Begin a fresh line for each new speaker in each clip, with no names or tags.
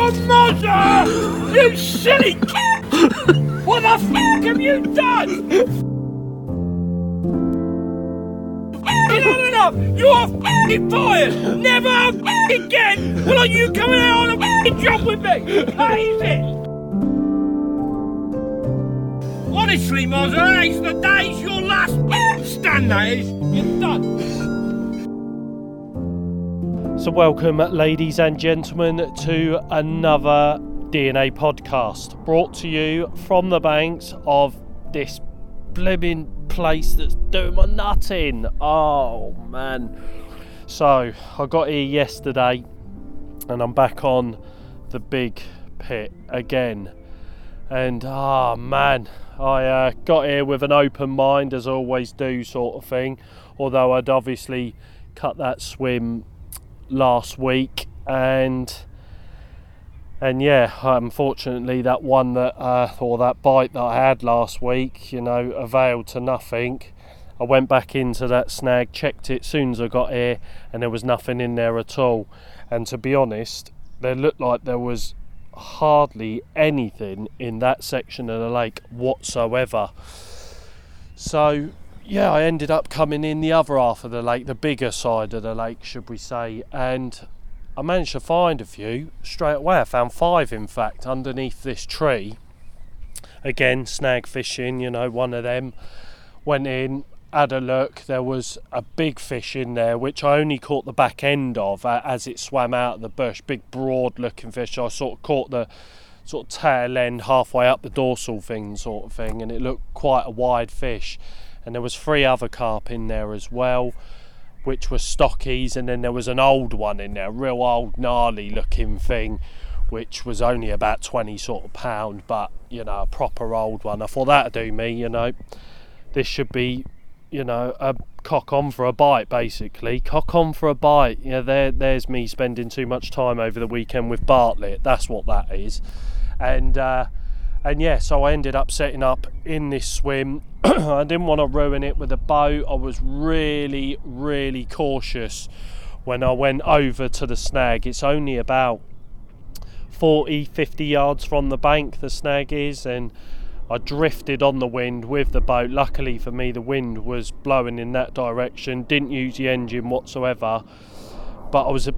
Miss Mother! You silly kid! What the fuck have you done? Enough! You are fucking fired! Never a fucking again will you coming out on a fucking job with me! That is it! Honestly, Mozza, it's the day's your last fucking stand, that is! You're done!
So, welcome, ladies and gentlemen, to another DNA podcast brought to you from the banks of this blimmin' place that's doing my nutting. Oh, man. So, I got here yesterday and I'm back on the big pit again. And ah man, I uh, got here with an open mind, as I always do, sort of thing. Although I'd obviously cut that swim last week, and and yeah, unfortunately, that one that uh, or that bite that I had last week, you know, availed to nothing. I went back into that snag, checked it soon as I got here, and there was nothing in there at all. And to be honest, there looked like there was hardly anything in that section of the lake whatsoever. So, yeah, I ended up coming in the other half of the lake, the bigger side of the lake, should we say, and I managed to find a few straight away. I found five, in fact, underneath this tree. Again, snag fishing, you know, one of them went in had a look there was a big fish in there which i only caught the back end of uh, as it swam out of the bush big broad looking fish i sort of caught the sort of tail end halfway up the dorsal thing sort of thing and it looked quite a wide fish and there was three other carp in there as well which were stockies and then there was an old one in there real old gnarly looking thing which was only about 20 sort of pound but you know a proper old one i thought that'd do me you know this should be, you know, a cock on for a bite basically. Cock on for a bite. Yeah, there there's me spending too much time over the weekend with Bartlett. That's what that is. And uh and yeah, so I ended up setting up in this swim. I didn't want to ruin it with a boat. I was really, really cautious when I went over to the snag. It's only about 40, 50 yards from the bank, the snag is, and I drifted on the wind with the boat. Luckily for me, the wind was blowing in that direction. Didn't use the engine whatsoever, but I was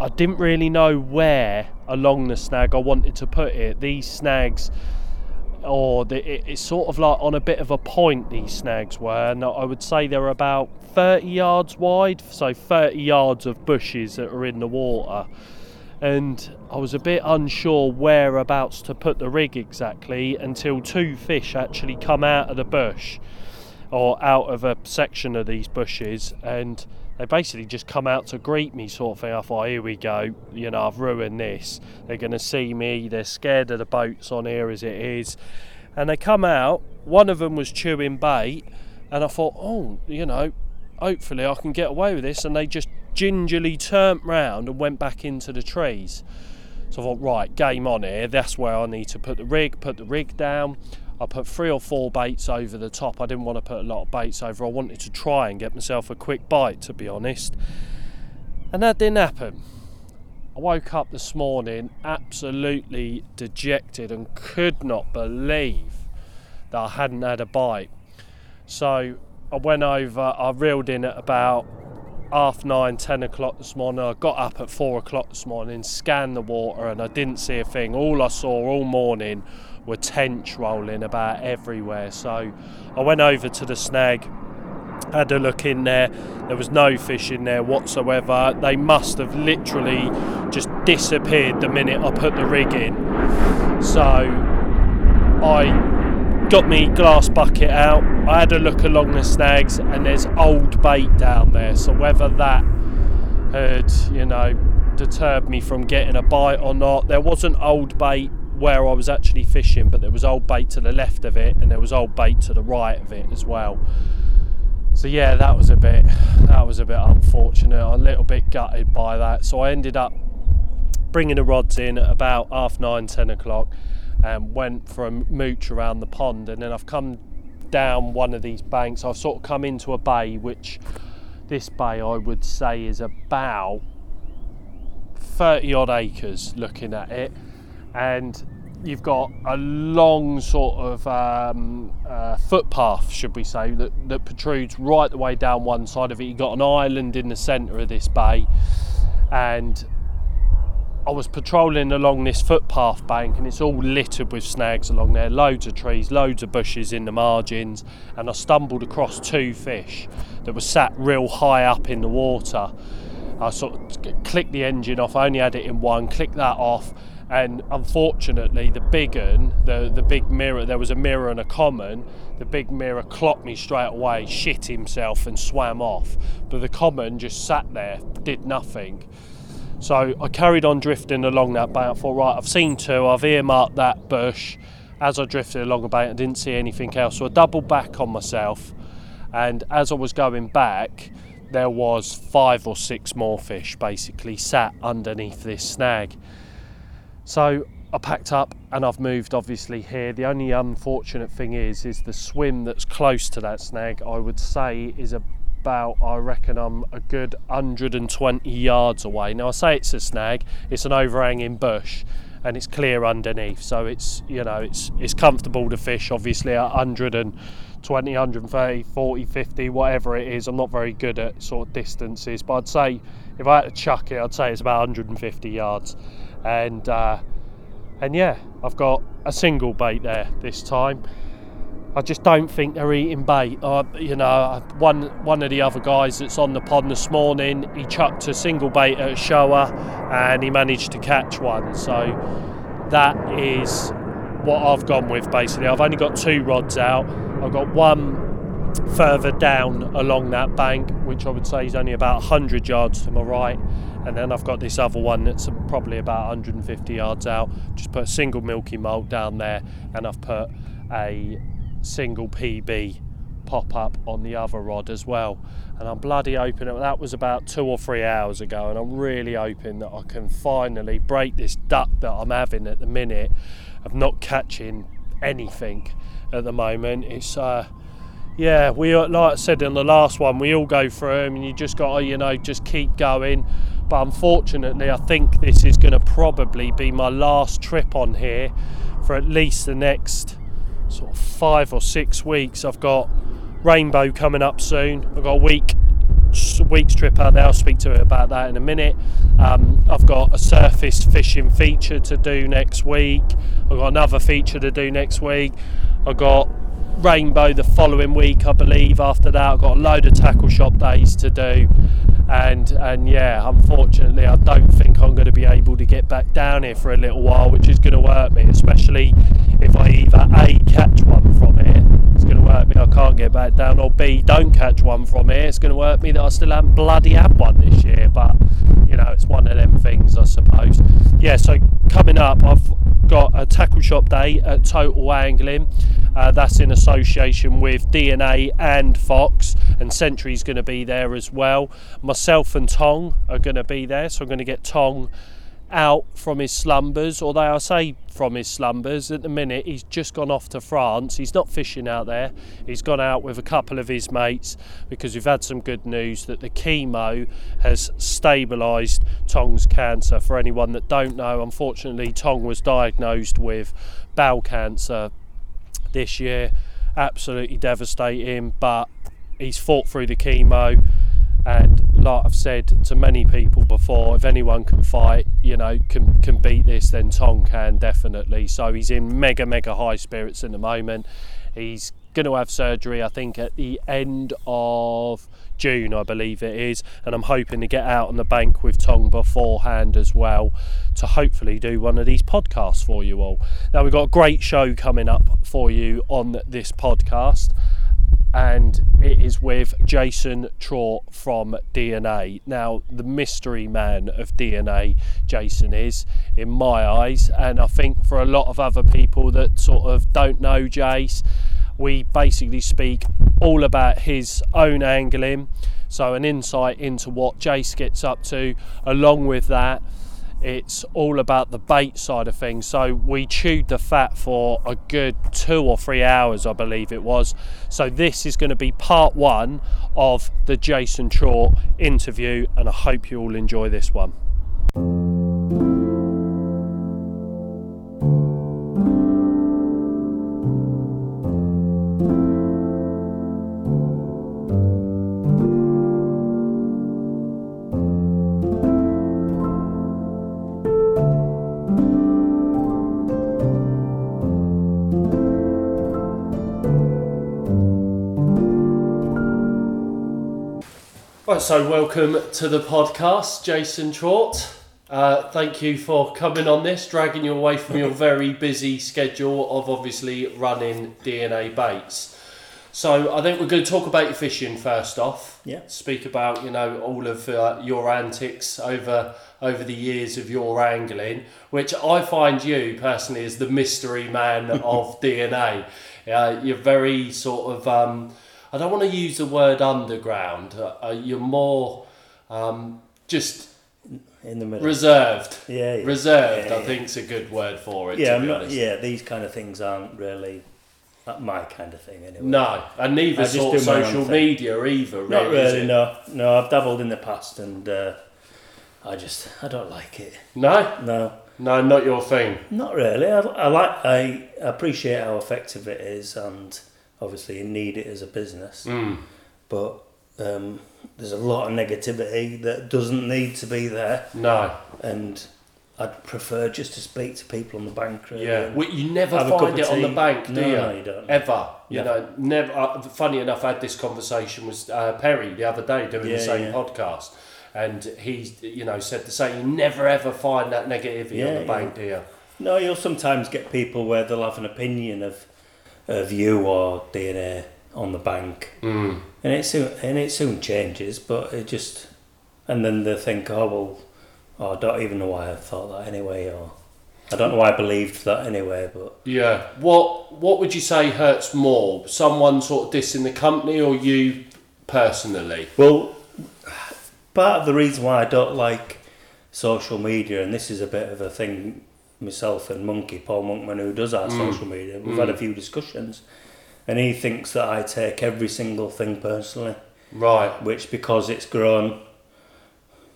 I didn't really know where along the snag I wanted to put it. These snags, or the, it, it's sort of like on a bit of a point. These snags were, and I would say they're about 30 yards wide, so 30 yards of bushes that are in the water and I was a bit unsure whereabouts to put the rig exactly until two fish actually come out of the bush or out of a section of these bushes and they basically just come out to greet me sort of thing. I thought, here we go, you know, I've ruined this. They're gonna see me, they're scared of the boats on here as it is. And they come out, one of them was chewing bait, and I thought, oh, you know, hopefully I can get away with this. And they just gingerly turned round and went back into the trees. So I thought, right, game on here. That's where I need to put the rig, put the rig down. I put three or four baits over the top. I didn't want to put a lot of baits over. I wanted to try and get myself a quick bite, to be honest. And that didn't happen. I woke up this morning absolutely dejected and could not believe that I hadn't had a bite. So I went over, I reeled in at about half nine, ten o'clock this morning. I got up at four o'clock this morning, scanned the water, and I didn't see a thing. All I saw all morning were tench rolling about everywhere. So I went over to the snag, had a look in there. There was no fish in there whatsoever. They must have literally just disappeared the minute I put the rig in. So I got me glass bucket out. I had a look along the snags, and there's old bait down there. So whether that had, you know, deterred me from getting a bite or not, there wasn't old bait where I was actually fishing, but there was old bait to the left of it, and there was old bait to the right of it as well. So yeah, that was a bit, that was a bit unfortunate. I'm A little bit gutted by that. So I ended up bringing the rods in at about half nine, ten o'clock, and went for a mooch around the pond. And then I've come down one of these banks. I've sort of come into a bay, which this bay I would say is about 30 odd acres looking at it, and you've got a long sort of um, uh, footpath, should we say, that, that protrudes right the way down one side of it. You've got an island in the centre of this bay, and I was patrolling along this footpath bank and it's all littered with snags along there, loads of trees, loads of bushes in the margins, and I stumbled across two fish that were sat real high up in the water. I sort of c- clicked the engine off, I only had it in one, clicked that off, and unfortunately the big un, the, the big mirror, there was a mirror and a common, the big mirror clocked me straight away, shit himself and swam off. But the common just sat there, did nothing. So I carried on drifting along that bank. I thought, right, I've seen two, I've earmarked that bush. As I drifted along the bank, I didn't see anything else. So I doubled back on myself. And as I was going back, there was five or six more fish basically sat underneath this snag. So I packed up and I've moved obviously here. The only unfortunate thing is is the swim that's close to that snag I would say is about I reckon I'm a good 120 yards away. Now I say it's a snag, it's an overhanging bush and it's clear underneath. So it's you know it's it's comfortable to fish obviously at 120, 130, 40, 50, whatever it is. I'm not very good at sort of distances, but I'd say if I had to chuck it, I'd say it's about 150 yards. And uh, and yeah, I've got a single bait there this time. I just don't think they're eating bait. Uh, you know, one one of the other guys that's on the pond this morning, he chucked a single bait at a shower, and he managed to catch one. So that is what I've gone with basically. I've only got two rods out. I've got one further down along that bank, which I would say is only about 100 yards to my right. And then I've got this other one that's probably about 150 yards out. Just put a single Milky Malt down there, and I've put a single PB pop up on the other rod as well. And I'm bloody hoping that was about two or three hours ago, and I'm really hoping that I can finally break this duck that I'm having at the minute of not catching anything at the moment. It's uh, yeah, we like I said in the last one, we all go through 'em and you just got to you know just keep going. But unfortunately, I think this is going to probably be my last trip on here for at least the next sort of five or six weeks. I've got Rainbow coming up soon. I've got a week week's trip out there. I'll speak to it about that in a minute. Um, I've got a surface fishing feature to do next week. I've got another feature to do next week. I've got Rainbow the following week, I believe. After that, I've got a load of tackle shop days to do. And, and yeah, unfortunately, I don't think I'm going to be able to get back down here for a little while, which is going to work me, especially if I either A, catch one from it, it's going to work me, I can't get back down, or B, don't catch one from here, it's going to work me that I still haven't bloody had one this year, but you know, it's one of them things, I suppose. Yeah, so coming up, I've got a tackle shop day at Total Angling. Uh, that's in association with DNA and Fox, and Sentry's going to be there as well. Myself and Tong are going to be there, so I'm going to get Tong out from his slumbers, although I say from his slumbers, at the minute he's just gone off to France. He's not fishing out there. He's gone out with a couple of his mates because we've had some good news that the chemo has stabilised Tong's cancer. For anyone that don't know, unfortunately, Tong was diagnosed with bowel cancer this year. Absolutely devastating, but he's fought through the chemo. And like I've said to many people before, if anyone can fight, you know, can can beat this, then Tong can definitely. So he's in mega mega high spirits in the moment. He's going to have surgery, I think, at the end of June, I believe it is, and I'm hoping to get out on the bank with Tong beforehand as well to hopefully do one of these podcasts for you all. Now we've got a great show coming up for you on this podcast and it is with Jason Traw from DNA. Now, the mystery man of DNA, Jason is, in my eyes, and I think for a lot of other people that sort of don't know Jace, we basically speak all about his own angling, so an insight into what Jace gets up to. Along with that, it's all about the bait side of things. So we chewed the fat for a good two or three hours, I believe it was. So this is going to be part one of the Jason Traw interview, and I hope you all enjoy this one. Right, so welcome to the podcast, Jason Trott. Uh, thank you for coming on this, dragging you away from your very busy schedule of obviously running DNA baits. So I think we're going to talk about your fishing first off.
Yeah.
Speak about you know all of uh, your antics over over the years of your angling, which I find you personally is the mystery man of DNA. Uh, you're very sort of um, I don't want to use the word underground. Uh, uh, you're more um, just
in the middle.
reserved.
Yeah, yeah.
Reserved,
Yeah,
I
yeah.
think's a good word for it.
yeah,
to
I'm
be
not,
honest.
yeah. These kind of things aren't really not my kind of thing, anyway.
No, and
I
neither
just
sort of
do my own
social
thing.
media either. Really,
not
is
really.
it?
No, no. I've dabbled in the past, and uh, I just I don't like it.
no,
No,
no, not your thing.
not really. I, I like I appreciate how effective it is, and obviously you need it as a business.
Mm.
But um, there's a lot of negativity that doesn't need to be there,
No,
and I'd prefer just to speak to people on the bank. Really.
yeah, well, you never
Have a cup
find
of
it on the
tea.
bank, do
No,
you?
no, you don't.
Ever, you
No.
know, never. Uh, funny enough, I had this conversation with uh, Perry the other day doing the
Yeah,
same
yeah.
podcast, and he, you know, said the same. You never ever find that negativity on
Yeah,
the
yeah.
bank, do you?
No, you'll sometimes get people where they'll have an opinion of of you or DNA on the bank,
Mm.
and it soon and it soon changes. But it just and then they think, oh well, oh, I don't even know why I thought that anyway, or I don't know why I believed that anyway. But
Yeah. What What would you say hurts more? Someone sort of dissing the company, or you personally?
well, part of the reason why I don't like social media, and this is a bit of a thing myself and Monkey Paul Monkman, who does our social media, we've had a few discussions, and he thinks that I take every single thing personally.
Right.
which because it's grown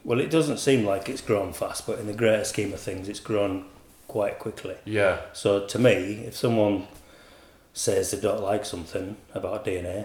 well it doesn't seem like it's grown fast but in the greater scheme of things it's grown quite quickly
Yeah.
so to me if someone says they don't like something about dna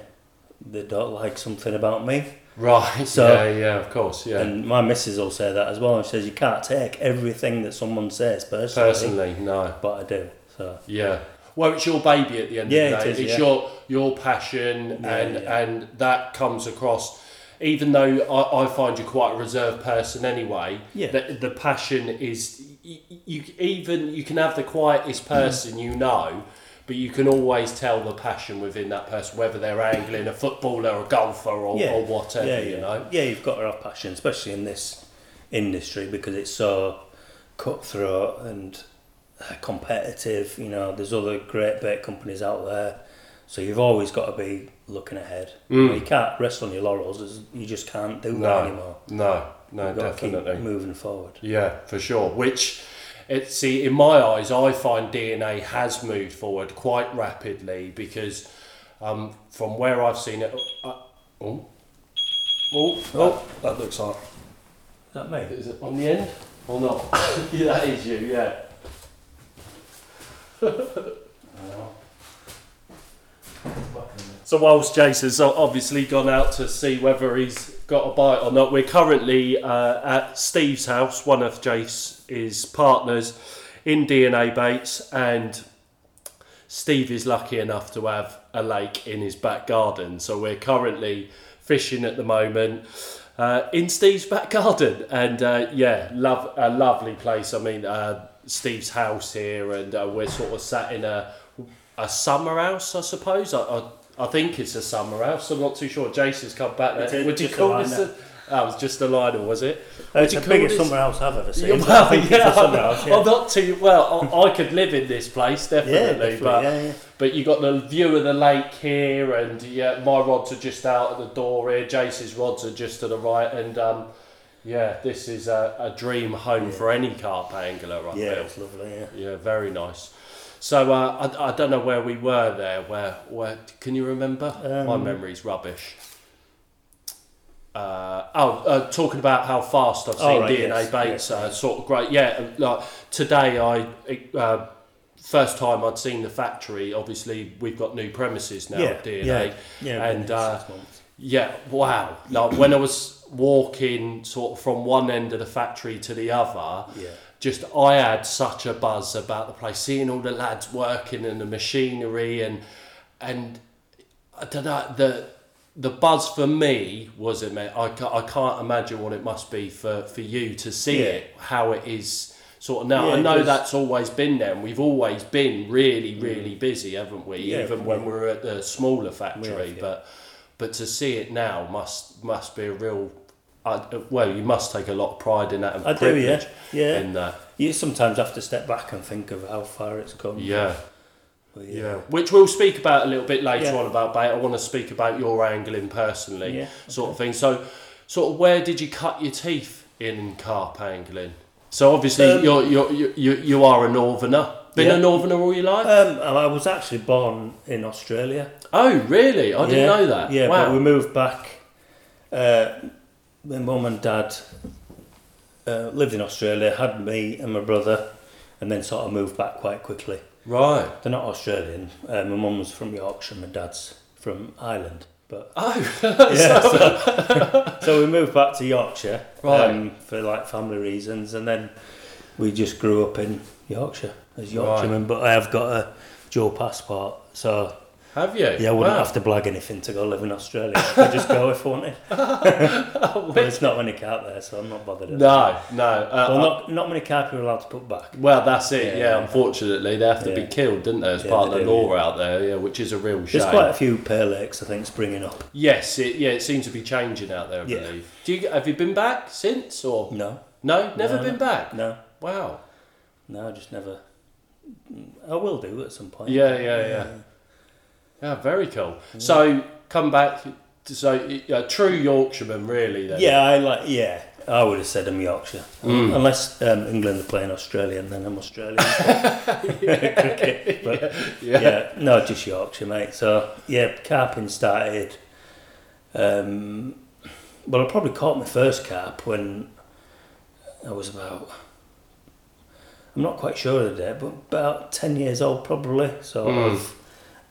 they don't like something about me
Right.
So-
yeah. Yeah. Of course. Yeah.
and my missus will say that as well and she says you can't take everything that someone says personally
personally, no.
but i do so
Yeah. Well, it's your baby at the end
Yeah,
of the
it
day.
is,
it's
yeah.
your your passion,
Yeah,
and
yeah.
and that comes across. Even though I, I find you quite a reserved person anyway,
Yeah.
the, the passion is you, you. Even you can have the quietest
Mm.
person you know, but you can always tell the passion within that person, whether they're angling, a footballer, a golfer, or,
yeah
or whatever.
yeah,
You
yeah.
know.
yeah you've got to have passion especially in this industry because it's so cutthroat and uh, competitive you know there's other great bait companies out there so you've always got to be looking ahead you, know, you can't rest on your laurels there's- you just can't do
Mm. No.
that anymore
No. No.
you've got to
Definitely.
keep moving forward
Yeah, for sure. Which, it, see, in my eyes, I find DNA has moved forward quite rapidly because um, from where I've seen it. Uh, oh, oh, oh, that looks hot.
is that me?
Is it on the end or not? yeah, that is you, yeah. So whilst Jason's o- obviously gone out to see whether he's got a bite or not, we're currently uh, at Steve's house, one of Jace's partners in DNA Baits, and Steve is lucky enough to have a lake in his back garden. So we're currently fishing at the moment uh, in Steve's back garden, and uh, yeah, love a lovely place. I mean, uh, Steve's house here, and uh, we're sort of sat in a a summer house, I suppose. I, I I think it's a summer house. I'm not too sure. Jason's come back.
It's
There.
a-
Would you
just a
call this?
liner.
A, that was just a liner, was it?
it's
you
the
call
biggest
this-
summer house I've ever seen
Yeah,
I
well,
think it's
yeah,
a summer house, yeah.
I'm not too well. I, I could live in this place definitely,
yeah, definitely,
but
yeah, yeah.
but you got the view of the lake here, and yeah, my rods are just out at the door here. Jace's rods are just to the right, and um, yeah, this is a, a dream home for any carp angler. I
yeah
feel.
it's lovely yeah
Yeah, very nice. So uh, I, I don't know where we were there. Where where can you remember? My
Um,
memory's rubbish. Uh, oh, uh, talking about how fast I've seen
Oh, right,
DNA
yes,
Bates, uh, sort of great. Yeah, like today I uh, first time I'd seen the factory. Obviously, we've got new premises now at DNA,
yeah, yeah, within
and
six
uh,
months.
yeah, wow! Like when I was walking sort of from one end of the factory to the other,
Yeah.
just I had such a buzz about the place, seeing all the lads working and the machinery and and I don't know the the buzz for me was it mate, I ca- I can't imagine what it must be for for you to see
Yeah.
it how it is sort of now.
Yeah,
I
it
know
was-
that's always been there, and we've always been really really busy, haven't we?
Mm. Yeah,
Even when we were at the smaller factory,
yeah.
but but to see it now must must be a real. I, well, you must take a lot of pride in that and
I do, yeah,
privilege
yeah.
in that.
You sometimes have to step back and think of how far it's come.
Yeah,
But
yeah. Which we'll speak about a little bit later
Yeah.
on about bait. I want to speak about your angling personally,
Yeah,
sort of thing. So, sort of where did you cut your teeth in carp angling? So obviously
Um,
you're, you're, you you you are a northerner. Been
Yeah.
a northerner all your life?
Um, I was actually born in Australia.
oh, really? I didn't
Yeah,
know that.
Yeah,
wow.
but we moved back. Uh, my mum and dad uh, lived in Australia, had me and my brother, and then sort of moved back quite quickly.
right.
They're not Australian. Uh, my mum was from Yorkshire, my dad's from Ireland. But
Oh,
yeah, so, so we moved back to Yorkshire um,
Right.
for like family reasons, and then we just grew up in Yorkshire as Yorkshiremen. But I have got a dual passport, so
have you?
yeah, I wouldn't
Wow.
have to blag anything to go live in Australia. I could just go if I wanted. but there's not many carp there, so I'm not bothered. at all.
No, no. Uh,
Well, not, not many carp are allowed to put back.
Well, that's it. Yeah,
Yeah.
unfortunately, they have to
Yeah.
be killed, didn't they? As
Yeah,
part of
they
the
do,
law out there, yeah, which is a real shame.
There's quite a few pear lakes, I think, springing up.
Yes, it, yeah, it seems to be changing out there. I
Yeah.
believe. Do you have you been back since or
No,
no? Never
No,
been
no.
back.
no,
Wow.
no, I just never. I will do at some point.
Yeah, yeah, yeah. Yeah, very cool. So come back. So a true Yorkshireman, really. Then.
Yeah, I like. Yeah, I would have said I'm Yorkshire, unless um, England are playing Australian, then I'm Australian. Cricket, but, yeah. no, just Yorkshire, mate. So yeah, carping started. Um, well, I probably caught my first carp when I was about. I'm not quite sure of the date, but about ten years old, probably. So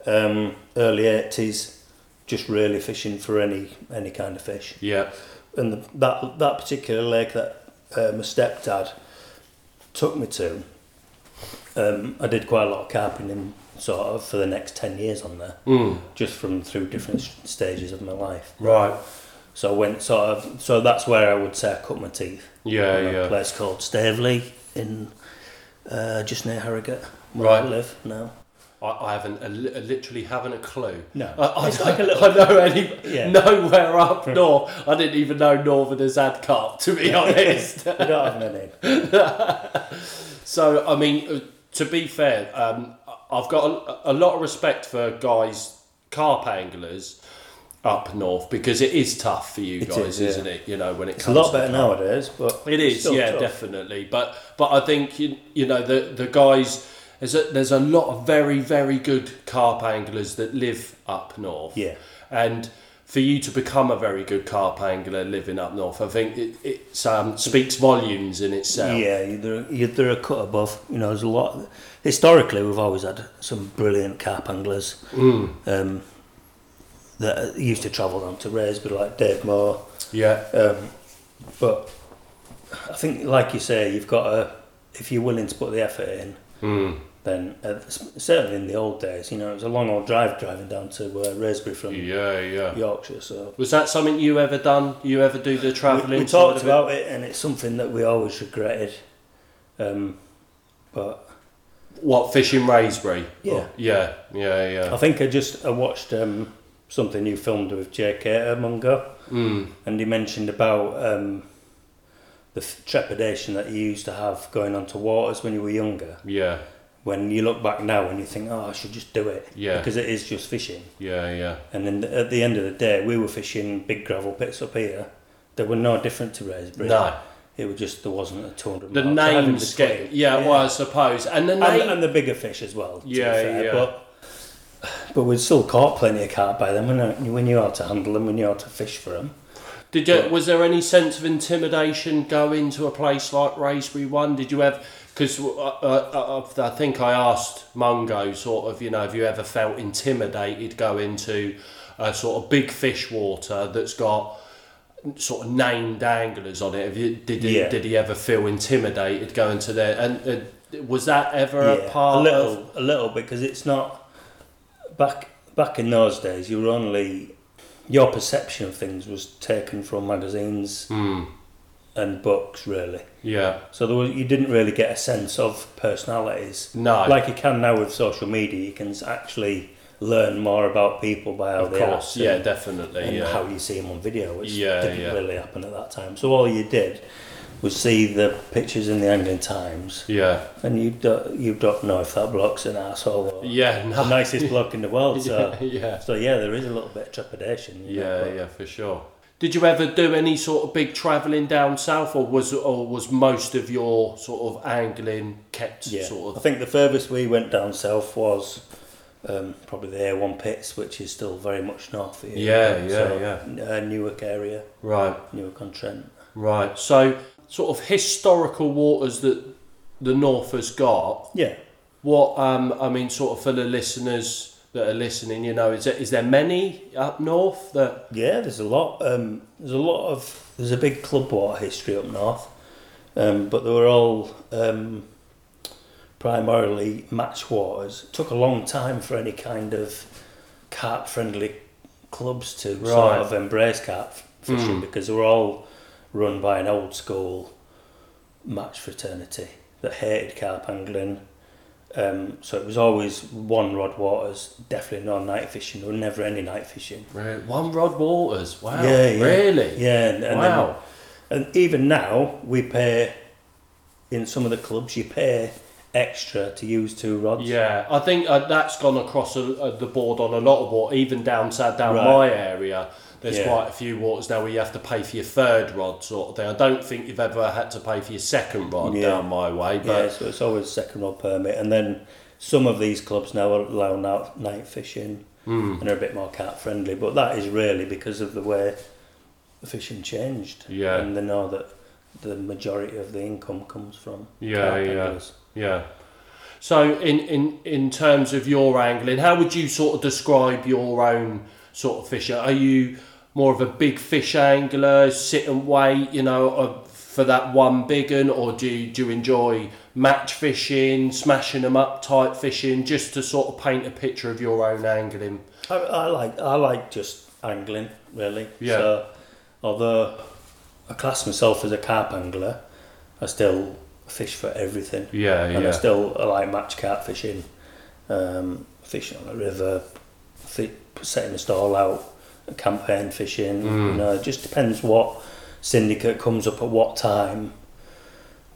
um, early eighties, just really fishing for any any kind of fish
Yeah.
and the, that that particular lake that uh, my stepdad took me to, um, I did quite a lot of carping in sort of for the next ten years on there,
Mm.
just from through different s- stages of my life.
Right.
So I went sort of so that's where I would say I cut my teeth.
Yeah,
in a
yeah.
place called Staveley in uh, just near Harrogate, where I
Right.
live now.
I, I haven't. I li- I literally haven't a clue.
No.
I, I,
It's
don't,
like a little-
I know any
Yeah.
nowhere up north. I didn't even know Northerners had carp. To be honest.
We don't have many.
So I mean, uh, to be fair, um, I- I've got a, a lot of respect for guys, carp anglers up north because it is tough for you
It
guys,
is, yeah.
isn't it? You know, when it
It's a
comes
lot
to
better nowadays, but
it is,
still
yeah,
tough.
definitely. But but I think you, you know the the guys there's a, there's a lot of very very good carp anglers that live up north.
Yeah.
and for you to become a very good carp angler living up north, I think it it's, um, speaks volumes in itself.
Yeah, you- they're, you- they're a cut above. You know, there's a lot. Historically, we've always had some brilliant carp anglers
Hmm.
um, that used to travel down to Raysby, like Dave Moore.
yeah.
Um, but I think, like you say, you've got to, if you're willing to put the effort in,
Hmm.
then uh, s- certainly in the old days, you know, it was a long old drive driving down to uh, Raysby from
Yeah, yeah.
Yorkshire. So
Was that something you ever done? You ever do the
we,
travelling?
we talked about it, and it's something that we always regretted. Um, but
what fishing Raysbury?
Yeah. Uh,
Oh, yeah, yeah, yeah.
I think I just I watched um, something you filmed with Jake Mungo,
Mm.
and he mentioned about um, the f- trepidation that you used to have going onto waters when you were younger.
Yeah,
When you look back now and you think, oh, I should just do it,
Yeah.
because it is just fishing.
yeah, yeah.
And then at the end of the day, we were fishing big gravel pits up here. They were no different to Raysbury.
No,
it was just there wasn't a two hundred.
the names get yeah, Well, I suppose, and the
and,
name.
and the bigger fish as well. To
Yeah,
be fair.
yeah.
But but we'd still caught plenty of carp by uh, them. We knew, we knew how to handle them. We knew how to fish for them.
Did you, was there any sense of intimidation going to a place like Raysbury One? Did you have? Because I, I, uh, I, I think I asked Mungo, sort of, you know, have you ever felt intimidated going to a sort of big fish water that's got sort of named anglers on it? Have you, did, he,
Yeah.
did he ever feel intimidated going to there? And uh, was that ever a part
a little,
of?
a little because it's not back back in those days. You were only your perception of things was taken from magazines
Hmm.
and books, really.
Yeah.
So there was, you didn't really get a sense of personalities.
No.
like you can now with social media, you can s- actually learn more about people by how
Of
they
course,
act and-
yeah, definitely,
and
yeah.
how you see them on video, which
Yeah,
didn't
yeah.
really happen at that time. So all you did was see the pictures in the Angling Times.
yeah,
And you don't, you don't know if that bloke's an asshole or
yeah, no.
the nicest bloke in the world. So,
yeah, yeah,
so yeah, there is a little bit of trepidation. you know,
yeah,
but-
yeah, for sure. Did you ever do any sort of big travelling down south, or was or was most of your sort of angling kept
yeah.
sort
I
of?
think the furthest we went down south was um, probably the A1 pits, which is still very much north here.
Yeah, yeah,
Uh, Newark area,
Right,
Newark on Trent.
right. So, sort of historical waters that the north has got.
Yeah.
What um, I mean, sort of for the listeners that are listening, you know, is there, is there many up north that?
Yeah, there's a lot. Um, there's a lot of there's a big club water history up north, um, but they were all um, primarily match waters. took a long time for any kind of carp friendly clubs to sort
Right.
of embrace carp f- fishing because they were all run by an old school match fraternity that hated carp angling. Um, so it was always one rod waters, definitely no night fishing. There were never any night fishing.
Right, One Rod Waters. Wow.
Yeah, yeah.
Really.
Yeah, and, and
wow.
then, and even now we pay in some of the clubs you pay extra to use two rods.
Yeah, I think uh, that's gone across uh, uh, the board on a lot of water, even down south, down
Right.
my area. There's
Yeah.
quite a few waters now where you have to pay for your third rod sort of thing. I don't think you've ever had to pay for your second rod
Yeah.
down my way,
yeah.
but
So it's always a second rod permit, and then some of these clubs now are allowing out night fishing
Hmm.
and are a bit more cat friendly. But that is really because of the way the fishing changed.
Yeah.
and they know that the majority of the income comes from
Yeah,
carp
yeah.
anglers.
yeah. So in, in in terms of your angling, how would you sort of describe your own sort of fisher? Are you more of a big fish angler, sit and wait, you know, uh, for that one big one, or do you, do you enjoy match fishing, smashing them up type fishing, just to sort of paint a picture of your own angling?
I, I like I like just angling really.
Yeah.
So, although I class myself as a carp angler, I still fish for everything.
Yeah,
And I still I like match carp fishing, um, fishing on a river, fi- setting a stall out, campaign fishing.
Mm.
You know, it just depends what syndicate comes up at what time,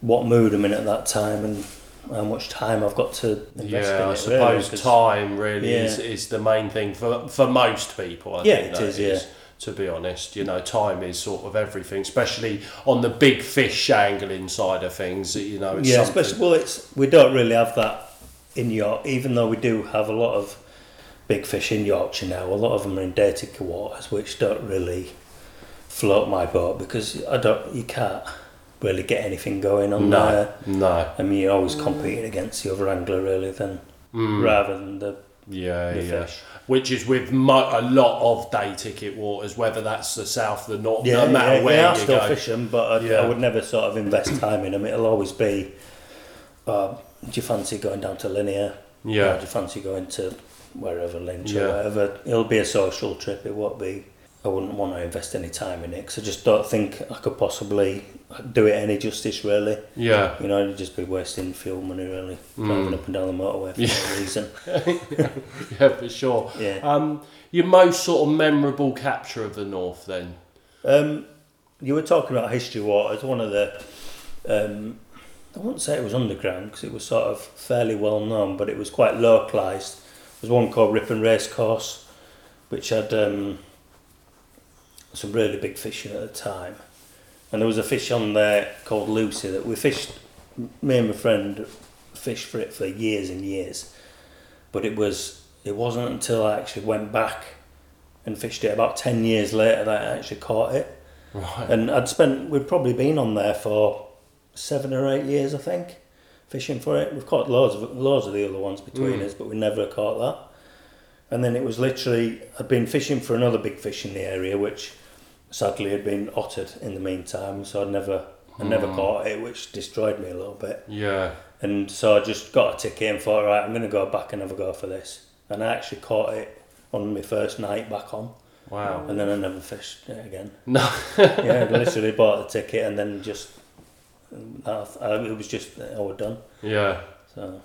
what mood I'm in at that time, and how much time I've got to invest in
Yeah, I
it, really,
suppose
'cause-
time really
Yeah.
is, is the main thing for, for most people. I
Yeah,
think
it
that
is, yeah.
To be honest, you know, time is sort of everything, especially on the big fish angling side of things. You know, it's
yeah,
something-
especially well, it's we don't really have that in York, even though we do have a lot of big fish in Yorkshire now. A lot of them are in Datica waters, which don't really float my boat because I don't. You can't really get anything going on
no,
there.
no,
I mean, you're always competing against the other angler, really, than
Hmm.
rather than the
yeah,
The
yeah.
fish.
Which is with mo- a lot of day ticket waters, whether that's the south, the north,
yeah.
no matter
yeah,
where
yeah, I
you
still
go.
fish 'em, but I,
Yeah.
I would never sort of invest time in them. It'll always be. Uh, do you fancy going down to Linear?
Yeah.
Or do you fancy going to wherever Lynch
Yeah.
or whatever? It'll be a social trip. It won't be. I wouldn't want to invest any time in it because I just don't think I could possibly do it any justice. Really,
Yeah,
you know, it'd just be wasting fuel money. Really,
Mm.
driving up and down the motorway for no reason.
yeah, for sure.
Yeah.
Um, your most sort of memorable capture of the north, then?
Um, you were talking about history waters. One of the, um, I wouldn't say it was underground because it was sort of fairly well known, but it was quite localised. There was one called Rip and Racecourse, which had um, some really big fishing at the time, and there was a fish on there called Lucy that we fished. Me and my friend fished for it for years and years, but it was it wasn't until I actually went back and fished it about ten years later that I actually caught it.
Right.
And I'd spent, we'd probably been on there for seven or eight years, I think, fishing for it. We've caught loads of loads of the other ones between us, but we never caught that. And then it was literally I'd been fishing for another big fish in the area, which sadly had been ottered in the meantime, so I'd never I never caught it, which destroyed me a little bit.
Yeah.
And so I just got a ticket and thought, right, I'm going to go back and have a go for this. And I actually caught it on my first night back on,
Wow.
and then I never fished it again.
No.
yeah, I literally bought the ticket and then just, I, I, it was just, I was done.
Yeah.
So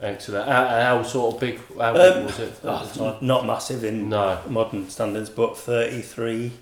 Excellent. How, how sort of big, how big
Um,
was it at
oh,
the time?
not, not massive in
No.
modern standards, but 33,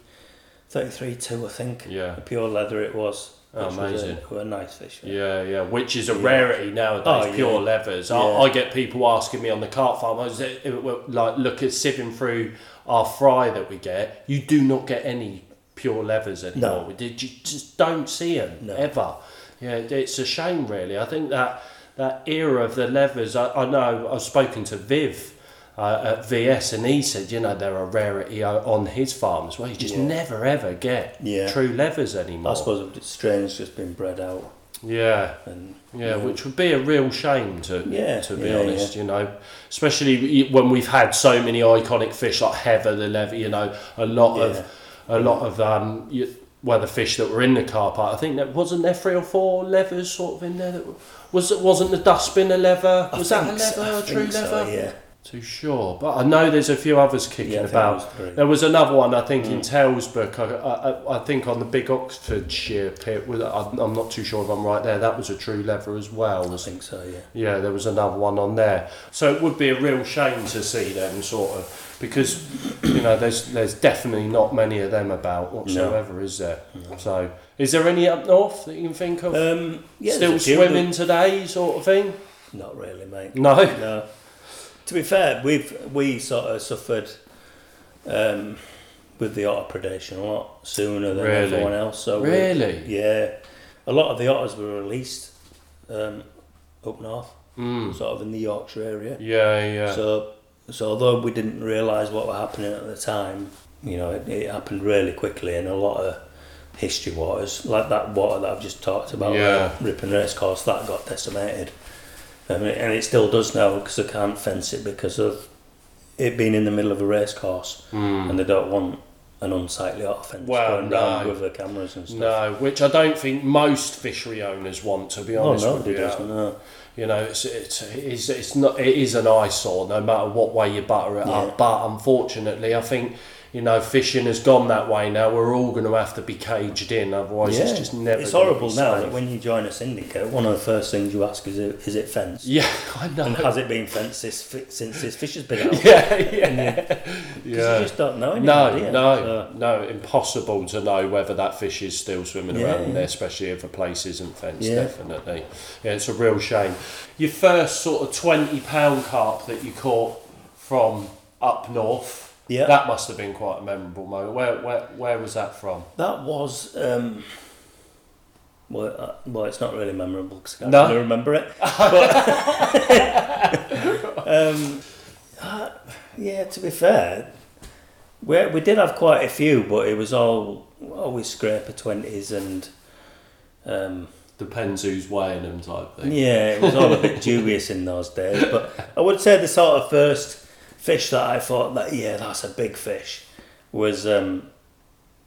33 2, I think.
Yeah.
The pure leather it was.
Oh,
which was
amazing.
a, were a nice fish.
Yeah, yeah, which is a rarity nowadays.
Oh,
pure
yeah.
leathers.
Yeah.
I, I get people asking me on the cart farm. I was it- it were like, look at sipping through our fry that we get. You do not get any pure leathers anymore.
No.
We did. You just don't see them
No.
ever. Yeah, it- it's a shame, really. I think that that era of the leathers. I, I know I've spoken to Viv. Uh, at VS, and he said, you know, they're a rarity o- on his farm as well. You just never ever get
Yeah.
true leathers anymore.
I suppose it's strange just being bred out.
Yeah,
And,
yeah, which would be a real shame to
Yeah,
to be
yeah,
honest, you know, especially when we've had so many iconic fish like heather, the levy, you know, a lot
Yeah.
of a lot of um, you, well, the fish that were in the car park. I think that wasn't there three or four levers sort of in there. That were, was it wasn't the dustbin a lever? Was that a
think so-
lever,
I
a true
think so,
lever?
yeah.
Too sure, but I know there's a few others kicking
Yeah, Mm. I think
about.
it was three.
there was another one, I think, in Talesbrook. I, I, I think on the Big Oxfordshire pit. was- I'm I'm not too sure if I'm right there. That was a true lever as well.
I think so, yeah.
Yeah, there was another one on there. So it would be a real shame to see them sort of because you know there's there's definitely not many of them about whatsoever, is there? So is there any up north that you can think of
Um, yeah, there's
still
a few.
swimming today, sort of thing?
Not really, mate.
No.
No. To be fair, we've we sort of suffered um, with the otter predation a lot sooner than
Really?
everyone else. So we-
Really?
yeah, a lot of the otters were released um, up north,
Mm.
sort of in the Yorkshire area.
Yeah, yeah.
So, so although we didn't realise what were happening at the time, you know, it, it happened really quickly, and a lot of history waters, like that water that I've just talked about,
Yeah.
like Ripon Racecourse, that got decimated, and it, and it still does now because they can't fence it because of it being in the middle of a racecourse,
Mm.
and they don't want an unsightly otter fence
Well,
going round
no.
with the cameras and stuff.
No, which I don't think most fishery owners want, to be
Oh,
honest
no,
with
they
you.
doesn't. No.
You know, it's, it's, it's, it's not, it is an eyesore no matter what way you butter it
Yeah.
up. But unfortunately, I think, you know, fishing has gone that way now. We're all going to have to be caged in, otherwise
Yeah.
it's just never
It's
gonna be
horrible now that
safe.
when you join a syndicate, one of the first things you ask is, is it fenced?
Yeah, I
And
know.
has it been fenced since, since this fish has been out?
Yeah, yeah.
Because
yeah.
you just don't know
No,
anymore, do you?
no, no, impossible to know whether that fish is still swimming
Yeah,
around
yeah.
there, especially if a place isn't fenced,
Yeah.
definitely. Yeah, it's a real shame. Your first sort of 20 pound carp that you caught from up north,
Yeah.
that must have been quite a memorable moment. Where, where, where was that from?
That was. Um, well, uh, well, it's not really memorable because I can't
No.
really remember it. But- um, uh, yeah, to be fair, we, we did have quite a few, but it was all always scraper 20s and. Um,
Depends who's weighing them type thing.
Yeah, it was all a bit dubious in those days, but I would say the sort of first fish that I thought that yeah, that's a big fish was um,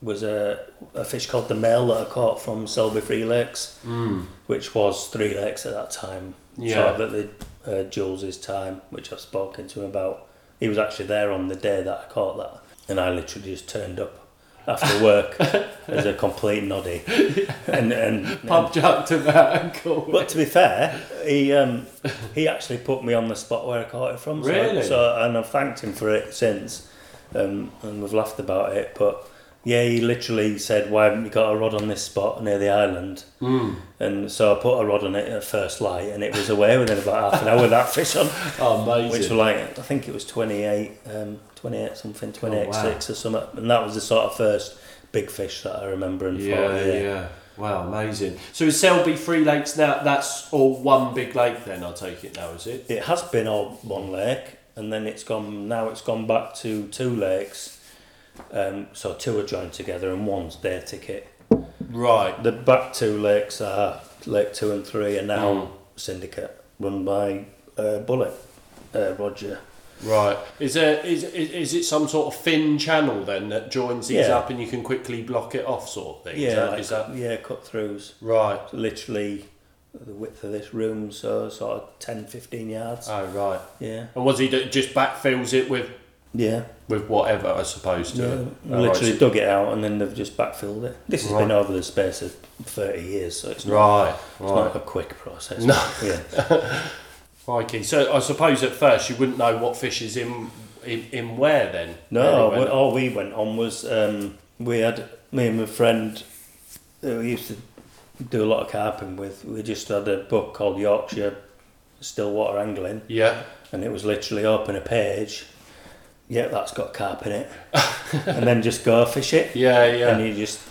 was a a fish called the male that I caught from Selby Three Lakes,
Mm.
which was three lakes at that time.
Yeah.
sort of at the uh, Jules's time, which I've spoken to him about. He was actually there on the day that I caught that, and I literally just turned up after work as a complete noddy, and and
Pub jumped to that ankle.
but to be fair, he um, he actually put me on the spot where I caught it from. So,
Really?
So and I've thanked him for it since, um, and we've laughed about it. But yeah, he literally said, "Why haven't you got a rod on this spot near the island?"
Hmm.
Mm. And so I put a rod on it at first light, and it was away within about half an hour with that fish on, which were
Amazing.
like I think it was 28, um, 28 something, 28
Oh, wow.
six or something. And that was the sort of first big fish that I remember and thought,
Yeah, yeah. Wow, amazing. So is Selby Three Lakes now, that's all one big lake then, I take it now, is it?
it has been all one lake and then it's gone now it's gone back to two lakes um, so two are joined together and one's their ticket
Right.
the back two lakes are lake two and three are now
Mm.
syndicate run by uh, Bullet, uh, Roger.
Right. Is there is, is is it some sort of thin channel then that joins these
Yeah.
up and you can quickly block it off sort of thing?
Yeah,
Is that,
like,
is that
yeah, cut throughs.
right?
Literally the width of this room, so sort of 10, 15 yards.
Oh right.
yeah,
And was he do, just backfills it with
yeah.
with whatever I suppose to
yeah.
it? Oh, right,
Literally
so-
dug it out and then they've just backfilled it. This has been
Right.
over the space of 30 years, so it's not,
Right.
it's
Right.
not a quick process.
No.
Yeah.
Crikey. So I suppose at first you wouldn't know what fish is in in, in where then. really,
No, uh, we,
when-
all we went on was um, we had me and my friend who we used to do a lot of carping with. We just had a book called Yorkshire Stillwater Angling,
Yeah.
and it was literally open a page. Yeah, that's got carp in it, and then just go fish it.
Yeah. Yeah.
And you just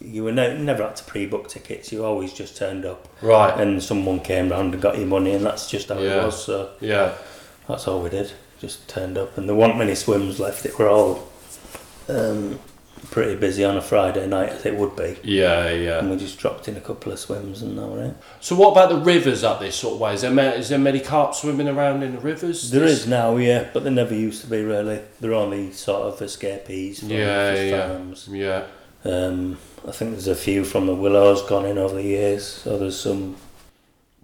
you were ne- never had to pre-book tickets. You always just turned up,
right.
and someone came round and got your money, and that's just how
Yeah.
it was. So
yeah.
that's all we did. Just turned up, and there weren't many swims left. It were all um, pretty busy on a Friday night, as it would be.
Yeah. Yeah.
And we just dropped in a couple of swims, and that were it.
So what about the rivers up this sort of way? Is there ma- is there many carp swimming around in the rivers?
There
This-
is now, yeah, but there never used to be really. They're only sort of escapees from
Yeah,
fish
yeah.
farms.
Yeah.
Um, I think there's a few from the Willows gone in over the years, so there's some.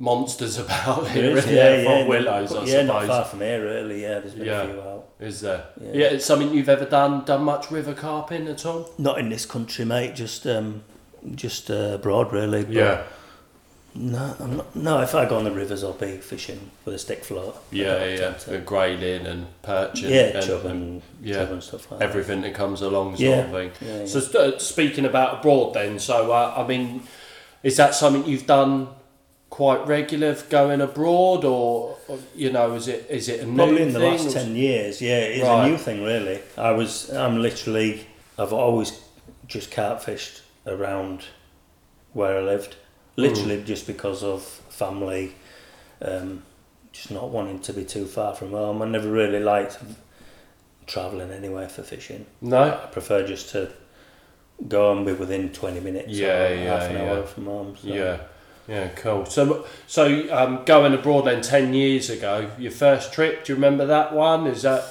Monsters about
there
here,
is,
isn't there, from willows, I
yeah, not
suppose.
far from here, really. Yeah, there's been
Yeah.
a few out.
Is there?
Yeah.
Yeah. it's something you've ever done done much river carping at all?
Not in this country, mate. Just, um, just uh, abroad, really. but- No, I'm not, no. If I go on the rivers, I'll be fishing with a stick float.
Yeah,
I don't
yeah.
tend to-
And grayling and perch and,
yeah,
and-
chub
and
and
yeah.
chub and stuff like
everything that comes along sort
Yeah.
of thing.
that. Yeah, yeah.
So st- uh, speaking about abroad then, so uh, I mean, is that something you've done quite regular of going abroad or, or, you know, is it is it a
probably
new
in the
thing?
last ten years. Yeah, it's a
Right.
new thing, really. I was, I'm literally, I've always just catfished around where I lived,
Mm.
literally just because of family, um, just not wanting to be too far from home. I never really liked traveling anywhere for fishing.
No?
I prefer just to go and be within 20 minutes
Yeah,
or
yeah,
half an
yeah.
hour from home. So.
Yeah. Yeah, cool. So, so um, going abroad then ten years ago, your first trip. Do you remember that one? Is that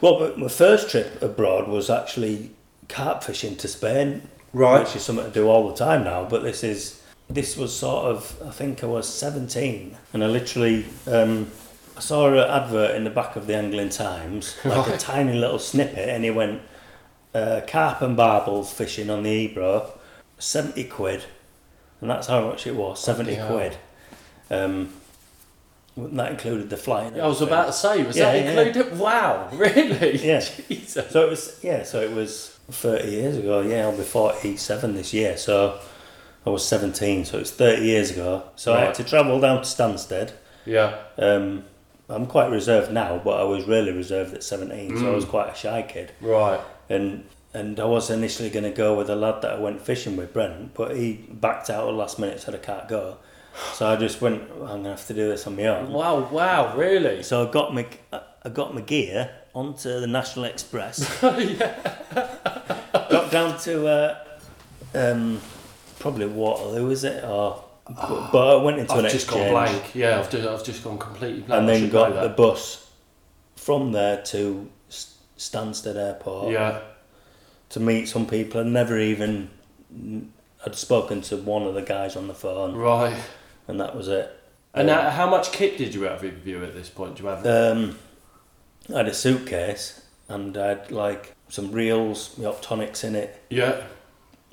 Well, but my first trip abroad was actually carp fishing to Spain, which is something I do all the time now. But this is this was sort of I think I was 17, and I literally um, I saw an advert in the back of the Angling Times, like a
Right.
tiny little snippet, and it went uh, carp and barbels fishing on the Ebro, 70 quid, and that's how much it was, 70
Bloody
quid. Um, that included the flying.
I was about to say, was
Yeah,
that
yeah.
included? Wow, really?
Yeah.
Jesus.
So it was, yeah, so it was 30 years ago. Yeah, I'll be 47 this year. So I was 17, so it's 30 years ago. So I had
Right.
to travel down to Stansted.
Yeah,
Um, I'm quite reserved now, but I was really reserved at 17, so I was quite a shy kid.
right.
And and I was initially going to go with a lad that I went fishing with, Brent, but he backed out at the last minute, said I can't go. So I just went, I'm going to have to do this on my own.
Wow, wow, really?
So I got my I got my gear onto the National Express.
Oh,
Got down to uh, um, probably Waterloo, is it? Or but, but I went into an
I've just
exchange
gone blank. Yeah, I've, do, I've just gone completely blank.
and
I
then
should
got
know
the
that.
bus from there to S- Stansted Airport
Yeah,
to meet some people. I'd never even I'd spoken to one of the guys on the phone,
right.
and that was it.
And
Um,
now, how much kit did you have with you at this point? Do you have?
Um, I had a suitcase and I had like some reels, my optonics in it,
yeah,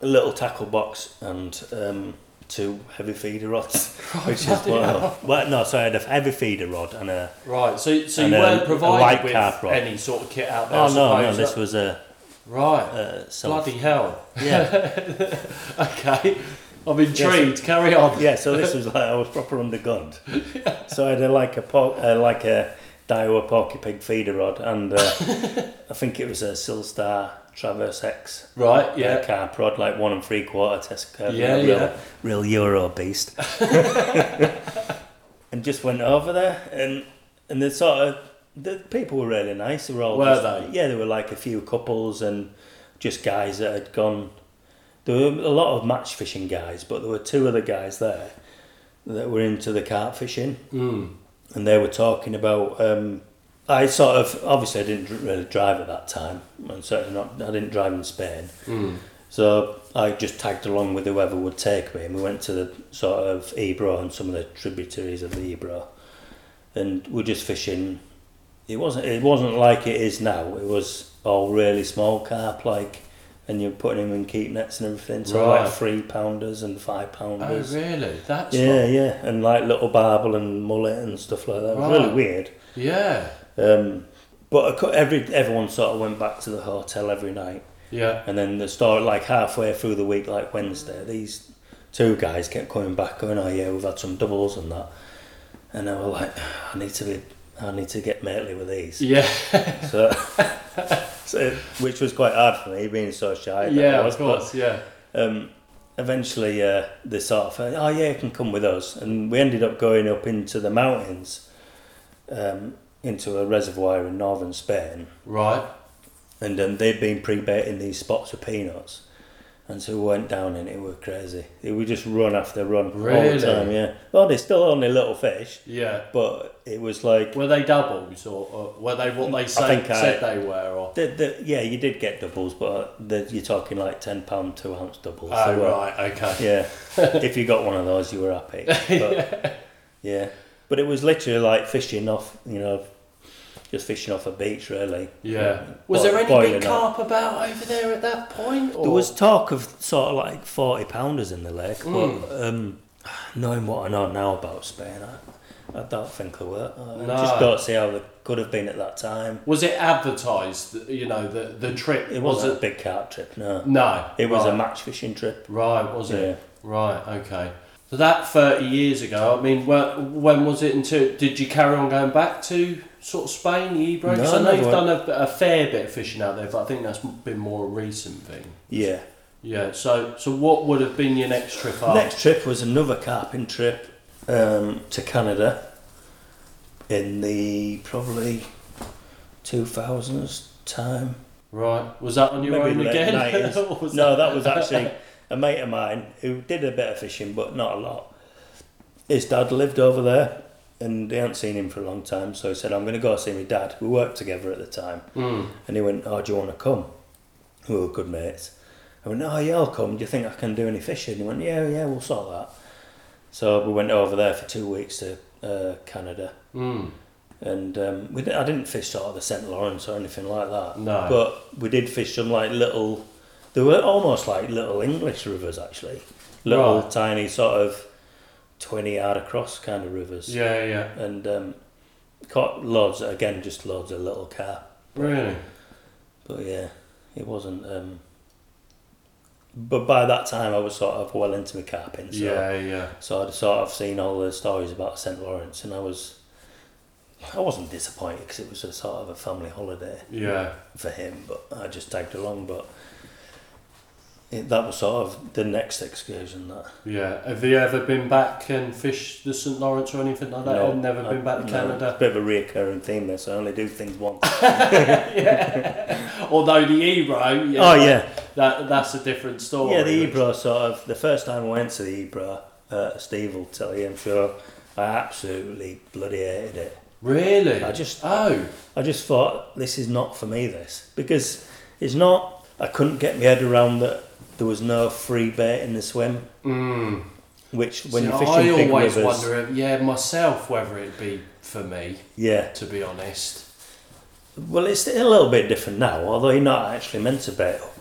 a little tackle box, and um, two heavy feeder rods. Which is
bloody
well, well, no, so I had a heavy feeder rod and a.
right. So, so you
And,
weren't
um, a light
provided with
card, right.
any sort of kit out there. I
Oh no, no,
suppose,
this
that-
was a.
right.
Uh, self-
Bloody hell.
Yeah,
Okay, I'm intrigued. Carry on.
yeah. So this was like I was proper undergunned. So I had a, like a por- uh, like a Daiwa porky pig feeder rod, and uh, I think it was a Silstar Traverse X
Right.
yeah.
Yeah.
car prod, like one and three quarter test curve.
Yeah,
real,
yeah.
Real Euro beast. and just went over there, and and the sort of the people were really nice. They were all
Were
just-
they?
Yeah, there were like a few couples and just guys that had gone. There were a lot of match fishing guys, but there were two other guys there that were into the carp fishing,
Hmm.
and they were talking about. Um, I sort of obviously I didn't dr- really drive at that time, and certainly not. I didn't drive in Spain,
Hmm.
so I just tagged along with whoever would take me, and we went to the sort of Ebro and some of the tributaries of the Ebro, and we're just fishing. It wasn't. It wasn't like it is now. It was all really small carp, like, and you're putting them in keep nets and everything. So
Right.
like three pounders and five
Oh,
pounders.
really? That's
Yeah,
not-
yeah, and like little barbel and mullet and stuff like that. It was
Right.
really weird.
yeah,
Um, but I cou- every everyone sort of went back to the hotel every night,
yeah.
and then the story like halfway through the week, like Wednesday, these two guys kept coming back going, "Oh yeah, we've had some doubles and that," and I was like, "I need to be, I need to get mately with these."
Yeah,
So, so, which was quite hard for me being so shy. that I
yeah,
was,
of
but-
course, yeah.
um, eventually uh, they sort of said, oh yeah, you can come with us. And we ended up going up into the mountains, um, into a reservoir in northern Spain.
Right.
And um, they'd been pre-baiting these spots of peanuts. And so we went down and it were crazy. It would just run after run all
Really?
the time, yeah. Well, they're still only little fish,
Yeah.
but it was like,
Were they doubles or, or were they what they say,
think I-
said they were? Or
the, the, yeah, you did get doubles, but the, you're talking like £10, two ounce doubles.
oh
They were-
right, okay.
Yeah. if you got one of those, you were happy. But, yeah. But it was literally like fishing off, you know, just fishing off a beach, really.
Yeah. Was
Bo-
there any
boiling
big
up.
carp about over there at that point? Or?
There was talk of sort of like 40 pounders in the lake,
Hmm.
but um, knowing what I know now about Spain, I, I don't think there were. I
No.
just don't see how there could have been at that time.
Was it advertised? You know, the the trip
It
was
wasn't a big carp trip, no.
No,
It was
right.
a match fishing trip.
Right, was it?
Yeah.
Right, okay. So that 30 years ago, I mean, when, when was it until, did you carry on going back to sort of Spain, the Ebro? 'Cause
No,
I know
I
you've
never
done a, a fair bit of fishing out there, but I think that's been more a recent thing.
Yeah.
Yeah, so so what would have been your next trip up?
Next trip was another carping trip um, to Canada in the probably 2000s time.
Right, was that on your
Maybe
own
late
again?
90s.
Or was
no, that was actually a mate of mine who did a bit of fishing, but not a lot. His dad lived over there and they hadn't seen him for a long time, so he said, I'm going to go see my dad. We worked together at the time.
Mm.
And he went, Oh, do you want to come? We were good mates. I went, Oh, yeah, I'll come. Do you think I can do any fishing? He went, Yeah, yeah, we'll sort that. So we went over there for two weeks to uh, Canada.
Mm.
And um, we, di- I didn't fish sort of the St. Lawrence or anything like that.
No.
But we did fish some like little, they were almost like little English rivers actually. Little
Right.
tiny sort of 20 yard across kind of rivers.
Yeah, yeah.
And um, caught loads, again, just loads of little carp.
Really?
But yeah, it wasn't. Um, but by that time, I was sort of well into my carping, so,
Yeah, yeah.
so I'd sort of seen all the stories about St Lawrence, and I was, I wasn't disappointed because it was a sort of a family holiday
Yeah.
for him. But I just tagged along. But it, that was sort of the next excursion that.
Yeah. Have you ever been back and fished the St Lawrence or anything like that?
No,
I've never
I-
been back to
no,
Canada.
It's a bit of a reoccurring theme there, so I only do things once.
yeah. Although the Ebro, yeah,
oh yeah,
that that's a different story.
Yeah, the Ebro sort of. The first time I went to the Ebro, uh, Steve will tell you, I'm sure, I absolutely bloody hated it.
Really?
I just,
oh,
I just thought this is not for me. This because it's not. I couldn't get my head around that there was no free bait in the swim.
mm.
Which when
See,
you're fishing
I
big
always
rivers,
wonder, if- yeah, myself, whether it be for me,
yeah.
to be honest.
Well, it's a little bit different now, although you're not actually meant to bait up.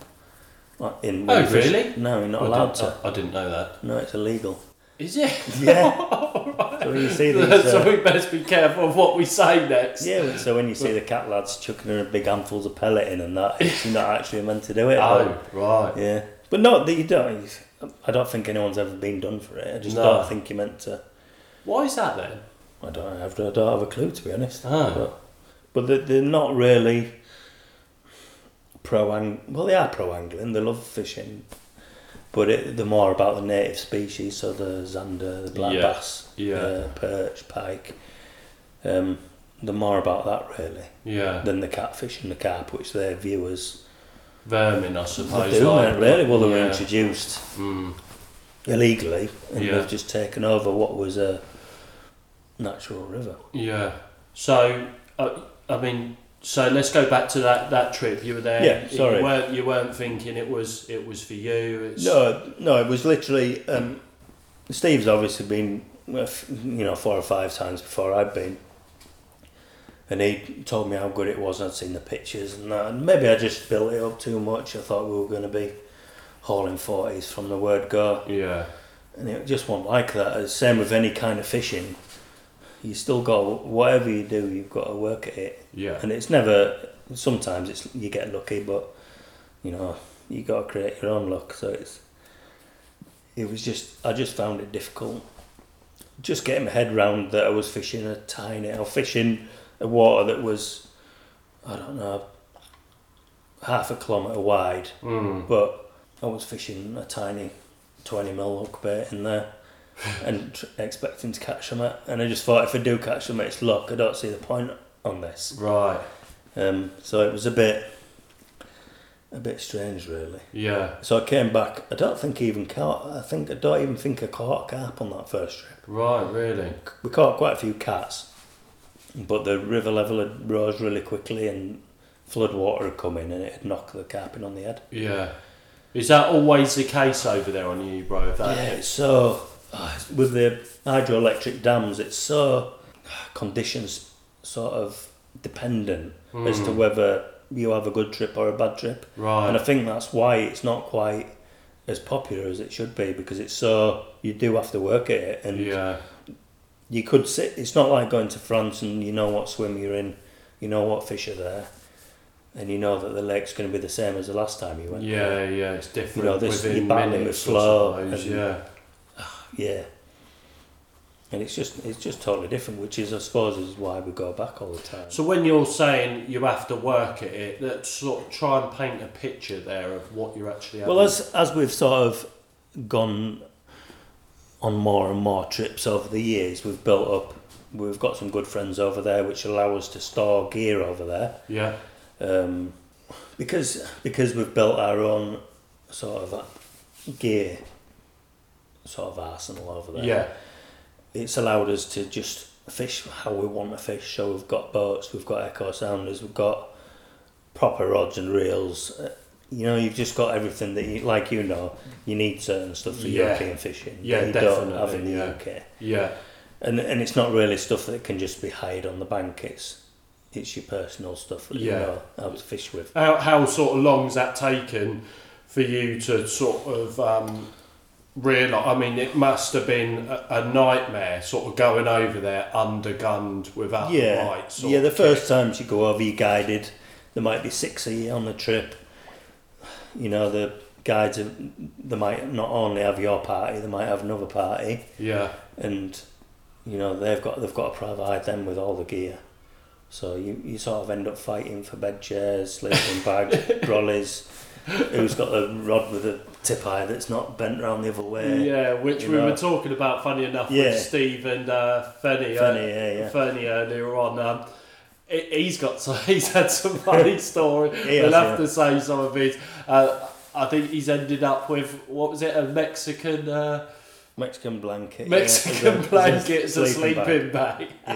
Like, In when
Oh,
you fish-
really?
No, you're not
I
allowed
didn't-
to.
I, I didn't know that.
No, it's illegal.
Is it?
Yeah.
All right.
So when you see these,
so
uh,
we best be careful of what we say next.
Yeah, so when you see the cat lads chucking a big handfuls of pellet in and that, it's you're not actually meant to do it.
Oh, right.
Yeah. But not that you don't. I don't think anyone's ever been done for it. I just
No.
don't think you're meant to.
Why is that then?
I don't have. I don't have a clue to be honest.
Oh.
But, but they're, they're not really pro ang. Well, they are pro angling. They love fishing, but it, they're more about the native species. So the zander, the black
Yeah.
bass,
Yeah.
uh, perch, pike. Um, they're more about that really
Yeah.
than the catfish and the carp, which their viewers
Vermin, I
they
suppose.
do,
like-
mate, really. Well, they were
Yeah.
introduced
Mm.
illegally, and
Yeah.
they've just taken over what was a natural river.
Yeah. So, uh, I mean, so let's go back to that, that trip. You were there.
Yeah, sorry.
You weren't, you weren't thinking it was it was for you. It's,
No, no, it was literally. Um, Steve's obviously been, uh, f- you know, four or five times before I'd been, and he told me how good it was. and I'd seen the pictures and that, and maybe I just built it up too much. I thought we were going to be hauling forties from the word go,
Yeah.
and it just wasn't like that. It's Same with any kind of fishing. You still got whatever you do, you've got to work at it,
Yeah.
and it's never. Sometimes it's you get lucky, but you know you got to create your own luck. So it's it was just I just found it difficult. Just getting my head round that I was fishing a tiny, I was fishing a water that was I don't know half a kilometre wide,
Mm.
but I was fishing a tiny twenty mil hook bait in there. and tr- expecting to catch them at, and I just thought if I do catch them, it's luck. I don't see the point on this.
Right.
Um, so it was a bit, a bit strange, really.
Yeah.
So I came back. I don't think I even caught. I think I don't even think I caught a carp on that first trip.
Right. Really.
We caught quite a few cats, but the river level had rose really quickly and flood water had come in and it had knocked the carping on the head.
Yeah. Is that always the case over there on you, bro? That,
Yeah, it's so ah, with the hydroelectric dams, it's so ah, conditions sort of dependent as to whether you have a good trip or a bad trip.
Right.
And I think that's why it's not quite as popular as it should be because it's so you do have to work at it and
Yeah.
you could sit it's not like going to France and you know what swim you're in, you know what fish are there and you know that the lake's going to be the same as the last time you went.
Yeah. Yeah. It's different.
You know, this-
within
you're battling
minutes,
with
I
flow
suppose,
and-
Yeah.
Yeah. And it's just it's just totally different, which is I suppose is why we go back all the time.
So when you're saying you have to work at it, that sort of try and paint a picture there of what you're actually.
well,
having-
as as we've sort of gone on more and more trips over the years, we've built up. We've got some good friends over there, which allow us to store gear over there.
yeah,
um, because because we've built our own sort of uh, gear sort of arsenal over there.
yeah,
it's allowed us to just fish how we want to fish. So we've got boats, we've got echo sounders, we've got proper rods and reels. Uh, You know, you've just got everything that you like. You know, you need certain stuff for
Yeah.
European fishing. that
Yeah,
you don't have in
definitely,
the
yeah.
UK.
yeah,
And and it's not really stuff that can just be hired on the bank. It's it's your personal stuff that
Yeah.
you know how to fish with.
How how sort of long's that taken for you to sort of um, realise? I mean, it must have been a, a nightmare, sort of going over there undergunned without
yeah,
the lights.
yeah. The first times you go over, you're guided. There might be six of you on the trip. You know the guides. Have, they might not only have your party, they might have another party,
yeah,
and you know they've got they've got to provide them with all the gear. So you, you sort of end up fighting for bed chairs, sleeping bags, brollies. Who's got a rod with a tip eye that's not bent round the other way?
yeah, which
Uh, you
we
know.
were talking about, funny enough,
Yeah.
with Steve and uh, Fenny, uh,
Funny, yeah, yeah.
Fernie earlier on. Um, he- he's got so he's had some funny story.
He has,
We'll have
yeah.
to say some of his. Uh, I think he's ended up with what was it? A Mexican uh,
Mexican blanket. yeah,
Mexican
there's a- there's
blanket as a
bag.
sleeping bag,
Yeah,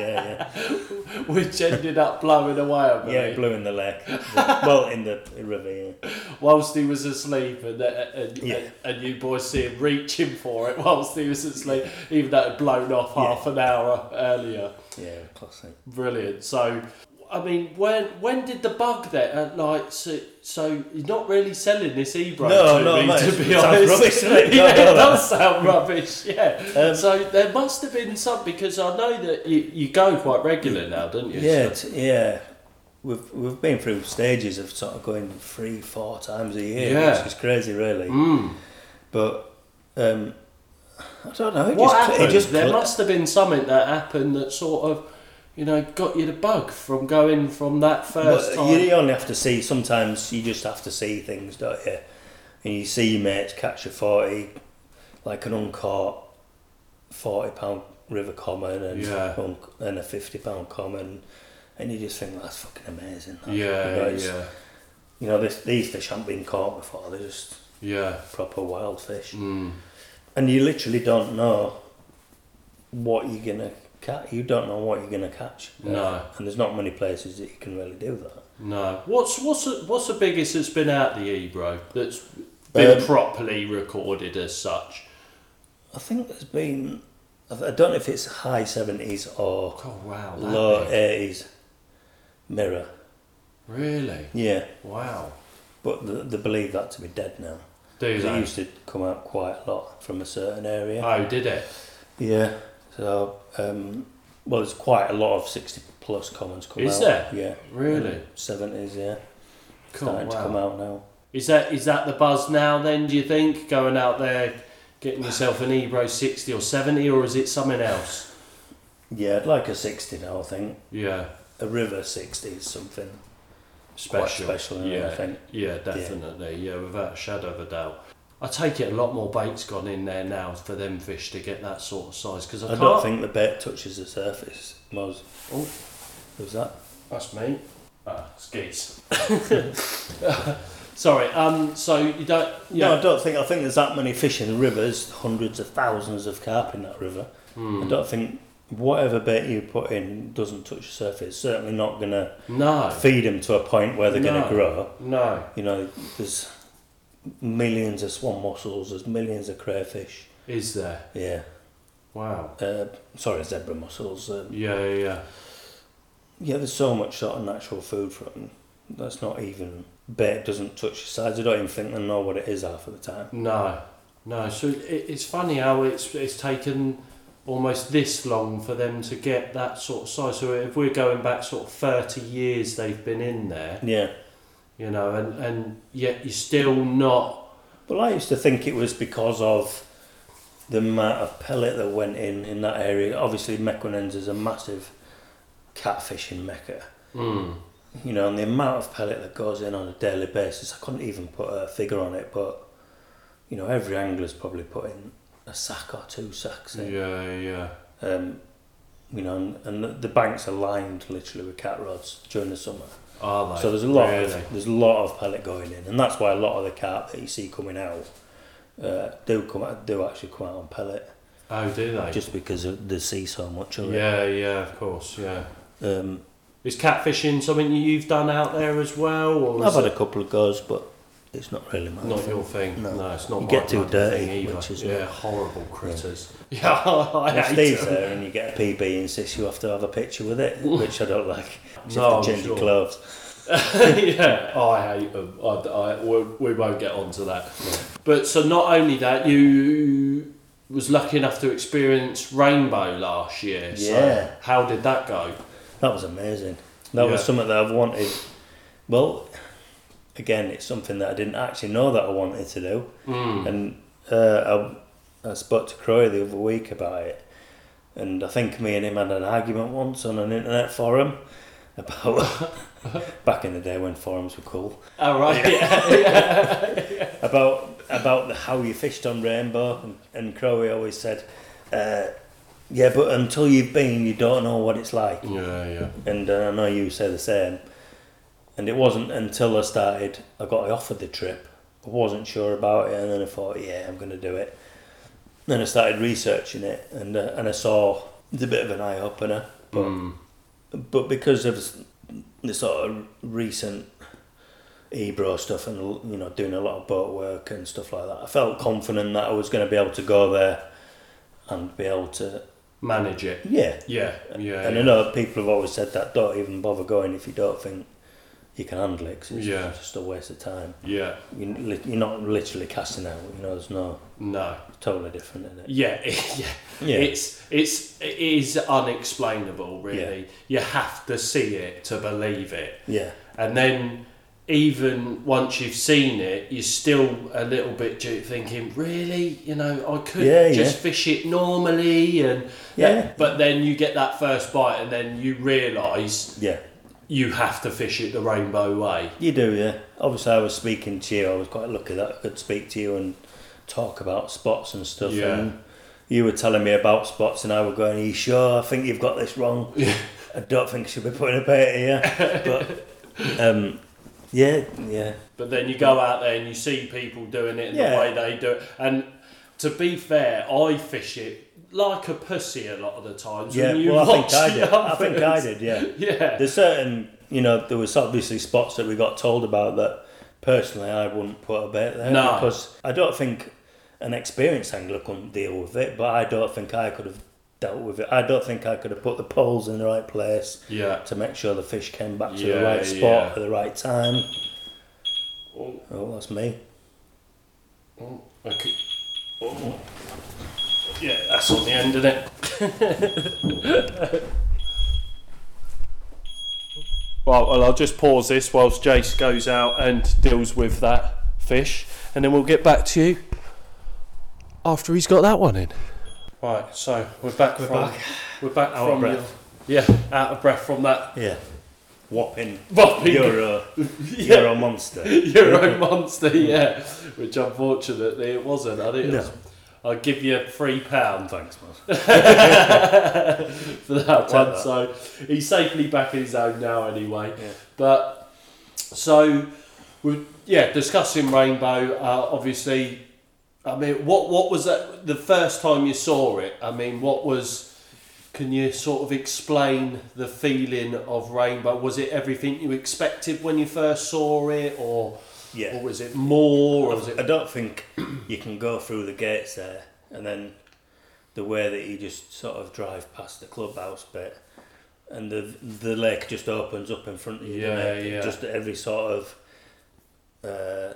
yeah.
which ended up blowing away. I
Yeah,
believe,
it blew in the lake. well, in the river. Yeah.
whilst he was asleep, and uh, and,
Yeah.
and and you boys see him reaching for it whilst he was asleep, even though it had blown off
Yeah.
half an hour earlier.
Yeah, classic.
Brilliant. So, I mean, when when did the bug that uh, like so, so you're not really selling this Ebro
No,
to
no,
me
mate,
to
it
be
sounds
honest.
rubbish, doesn't it?
yeah,
Don't know
it
that.
does sound rubbish. Yeah.
Um,
so there must have been some because I know that you, you go quite regular now, don't you?
Yeah,
So-
it's, yeah. We've we've been through stages of sort of going three, four times a year,
Yeah.
which is crazy, really.
Mm.
But um, I don't know. It
What
just,
happened?
It just
there
cl-
must have been something that happened that sort of, you know, got you the bug from going from that first
Well,
time.
You only have to see. Sometimes you just have to see things, don't you? And you see your mates catch a forty, like an uncaught forty pound river common and
Yeah.
un- and a fifty pound common, and you just think that's fucking amazing. that." you know,
Yeah,
it's-
yeah,
You know, this, these fish haven't been caught before. They're just
yeah.
proper wild fish.
Mm.
and you literally don't know what you're gonna catch. You don't know what you're gonna catch.
No.
and there's not many places that you can really do that.
No. What's what's the, what's the biggest that's been out the Ebro that's been
Um,
properly recorded as such?
I think there's been. I I don't know if it's high seventies or
Oh wow! that
low
big.
eighties. Mirror,
Really?
yeah,
Wow.
but th they believe that to be dead now.
Do
It
they?
used to come out quite a lot from a certain area.
Oh, did it?
Yeah. So, um, well, there's quite a lot of 60 plus commons coming
Is
out.
there?
Yeah.
Really?
70s, yeah.
Cool,
Starting to
wow.
come out now.
Is that is that the buzz now? Then do you think going out there, getting yourself an Ebro sixty or seventy, or is it something else?
Yeah, I'd like a 60 now, I think.
Yeah,
A river 60 is something.
special.
special, I
yeah,
think.
yeah, definitely. Yeah. without a shadow of a doubt. I take it a lot more bait's gone in there now for them fish to get that sort of size because I,
I,
can't.
don't think the bait touches the surface. Most.
Oh.
was that?
That's me. Ah, skis. Sorry. Um. So you don't. Yeah.
No, I don't think. I think there's that many fish in the rivers, hundreds of thousands of carp in that river.
Hmm.
I don't think whatever bait you put in doesn't touch the surface. Certainly not going to
no.
feed them to a point where they're going
No.
to grow.
No.
You know, there's millions of swan mussels, there's millions of crayfish.
Is there?
Yeah.
Wow.
Uh, sorry, zebra mussels. Um,
Yeah. Yeah. yeah.
yeah, there's so much sort of natural food from that's not even bait doesn't touch the sides. I don't even think they know what it is half of the time.
No, no. So it, it's funny how it's it's taken almost this long for them to get that sort of size. So if we're going back sort of thirty years, they've been in there,
Yeah.
you know, and and yet you're still not.
Well, I used to think it was because of the amount of pellet that went in in that area. Obviously, Mequinenz is a massive catfishing mecca.
Mm,
You know, and the amount of pellet that goes in on a daily basis, I couldn't even put a figure on it, but you know, every angler's probably put in a sack or two sacks in.
yeah, yeah.
Um, you know, and, and the, the banks are lined literally with cat rods during the summer.
Are they?
so there's a lot,
Really?
of, there's a lot of pellet going in, and that's why a lot of the carp that you see coming out uh, do come out, do actually come out on pellet,
oh, do they?
just because of, they see so much of
yeah, yeah. Of course, yeah.
it. Um,
Is catfishing something you've done out there as well, or
I've
is
had
it
a couple of goes, but it's not really my
not
thing.
your thing? No,
No.
it's not.
You
my
get too
bloody
dirty,
thing either.
which is uh,
yeah,
not-
horrible critters. Yeah, I
And if
hate
Steve's
them.
there and you get a PB and insists you have to have a picture with it, which I don't like. Just
No,
no,
I'm
to change your
sure.
clothes.
yeah, I hate them. I, I- we, we won't get onto that. But so not only that, you was lucky enough to experience rainbow last year.
Yeah.
So how did that go?
That was amazing. That was
Yeah.
something that I've wanted. Well, again, it's something that I didn't actually know that I wanted to do. And uh, I, I spoke to Croy the other week about it. And I think me and him had an argument once on an internet forum about back in the day when forums were cool
All right. Yeah.
about about the, how you fished on rainbow and, and Crowley always said uh, yeah but until you've been you don't know what it's like
yeah, yeah.
and uh, I know you say the same. And it wasn't until I started, I got offered the trip. I wasn't sure about it, and then I thought, yeah, I'm going to do it. Then I started researching it, and uh, and I saw it's a bit of an eye opener, but but because of the sort of recent Ebro stuff and you know doing a lot of boat work and stuff like that, I felt confident that I was going to be able to go there and be able to
Manage it.
yeah
Yeah, yeah.
and
yeah.
I know people have always said that don't even bother going if you don't think you can handle it 'cause it's
Yeah.
just a waste of time.
yeah.
You, li- you're not literally casting out. You know, there's no
No.
totally different in it.
Yeah, yeah.
Yeah.
It's it's it is unexplainable really. You have to see it to believe it.
Yeah,
And then, even once you've seen it, you're still a little bit ju- thinking, really? You know, I could
Yeah, yeah.
just fish it normally. and
Yeah.
But then you get that first bite, and then you realise
yeah,
you have to fish it the rainbow way.
you do. Yeah, obviously I was speaking to you. I was quite lucky that I could speak to you and talk about spots and stuff.
Yeah.
And you were telling me about spots, and I were going, "Are you sure? I think you've got this wrong. I don't think you should be putting a bait here." But um, yeah, yeah.
But then you go out there and you see people doing it in
Mm. Yeah.
the way they do it. And to be fair, I fish it like a pussy a lot of the times.
Yeah,
when you
well, I think
watch
I
the
did. I think I
others.
did. Yeah.
Yeah.
There's certain, you know, there was obviously spots that we got told about that. Personally, I wouldn't put a bait there
No.
because I don't think an experienced angler couldn't deal with it, but I don't think I could have dealt with it. I don't think I could have put the poles in the right place
Yeah.
to make sure the fish came back to the
Yeah,
right spot
yeah.
at the right time. Oh, that's me.
Okay. Oh. Yeah, that's on the end of it. Right, well, I'll just pause this whilst Jace goes out and deals with that fish, and then we'll get back to you after he's got that one in. Right, so we're back. We're
back.
We're back
Out of
from
breath.
Your, yeah, out of breath from that
Yeah. Whopping.
bopping
Euro.
Yeah.
Euro monster.
Euro monster, yeah. Which unfortunately it wasn't. I think it
No.
was, I'll give you three pounds
Thanks, man.
for that
Take
one.
that.
So he's safely back in his own now, anyway. But so we yeah discussing Rainbow. Uh, obviously, I mean, what what was that the first time you saw it? I mean, what was can you sort of explain the feeling of Rainbow? Was it everything you expected when you first saw it, or
Yeah.
or was it more? Or was
I
it
don't think you can go through the gates there and then the way that you just sort of drive past the clubhouse bit and the the lake just opens up in front of you. doesn't
Yeah,
it?
yeah.
Just every sort of uh,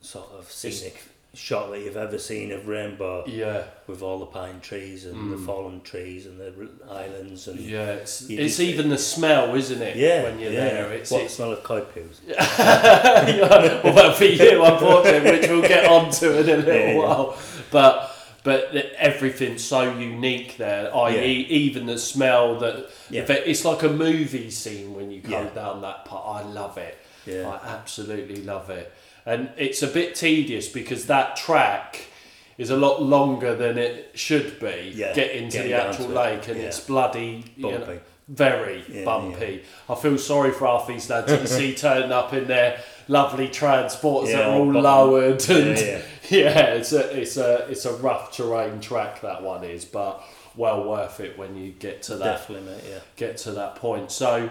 sort of scenic shot that you've ever seen of rainbow
yeah? Mm.
with all the pine trees and the fallen trees and the r- islands and
Yeah, it's,
You
it's
just-
even the smell, isn't it?
yeah
when you're
yeah.
there, it's,
what
it's
smell of koi poos
well, but for you, unfortunately, which we'll get onto in a little
Yeah, yeah.
while. But but everything's so unique there. I.e., even the smell that
Yeah.
that- it's like a movie scene when you come
Yeah.
down that part. I love it.
Yeah.
I absolutely love it, and it's a bit tedious because that track. Is a lot longer than it should be.
Yeah,
getting to
getting
the
down
actual
to it.
lake, and
Yeah.
it's bloody you know,
Bumpy.
very
Yeah,
bumpy. I feel sorry for half these lads that you see turning up in their lovely transports that
Yeah,
are all
bottom.
lowered and yeah,
yeah.
it's a it's a it's a rough terrain track that one is, but well worth it when you get to that
definitely mate yeah
get to that point. So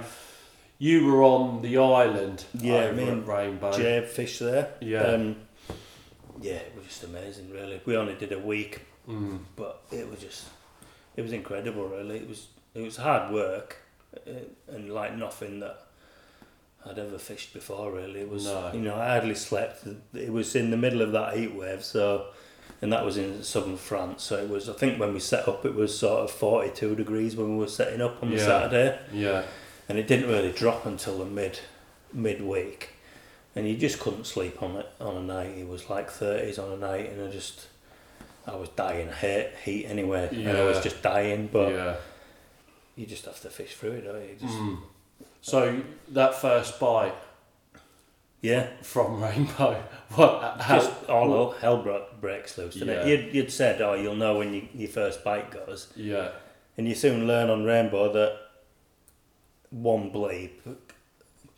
you were on the island
Yeah,
over
me
at
and
Rainbow.
Jeb fish there.
Yeah.
Um, yeah, it was just amazing, really. We only did a week,
Mm,
but it was just, it was incredible, really. It was, it was hard work, uh, and like nothing that I'd ever fished before, really. It was,
No.
you know, I hardly slept. It was in the middle of that heat wave, so, and that was in southern France. So it was, I think, when we set up, it was sort of forty-two degrees when we were setting up on the
Yeah.
Saturday
Yeah.
and it didn't really drop until the mid midweek, and you just couldn't sleep on it on a night. It was like thirties on a night, and I just I was dying of heat, heat anyway, and I was
Yeah.
just dying. But
yeah.
you just have to fish through it, don't you? Just,
Mm. So that first bite
Yeah,
from Rainbow, what how,
just all hell- hell broke, breaks loose. didn't it?
Yeah.
You'd, you'd said, oh, you'll know when you, your first bite goes,
yeah.
and you soon learn on Rainbow that one bleep,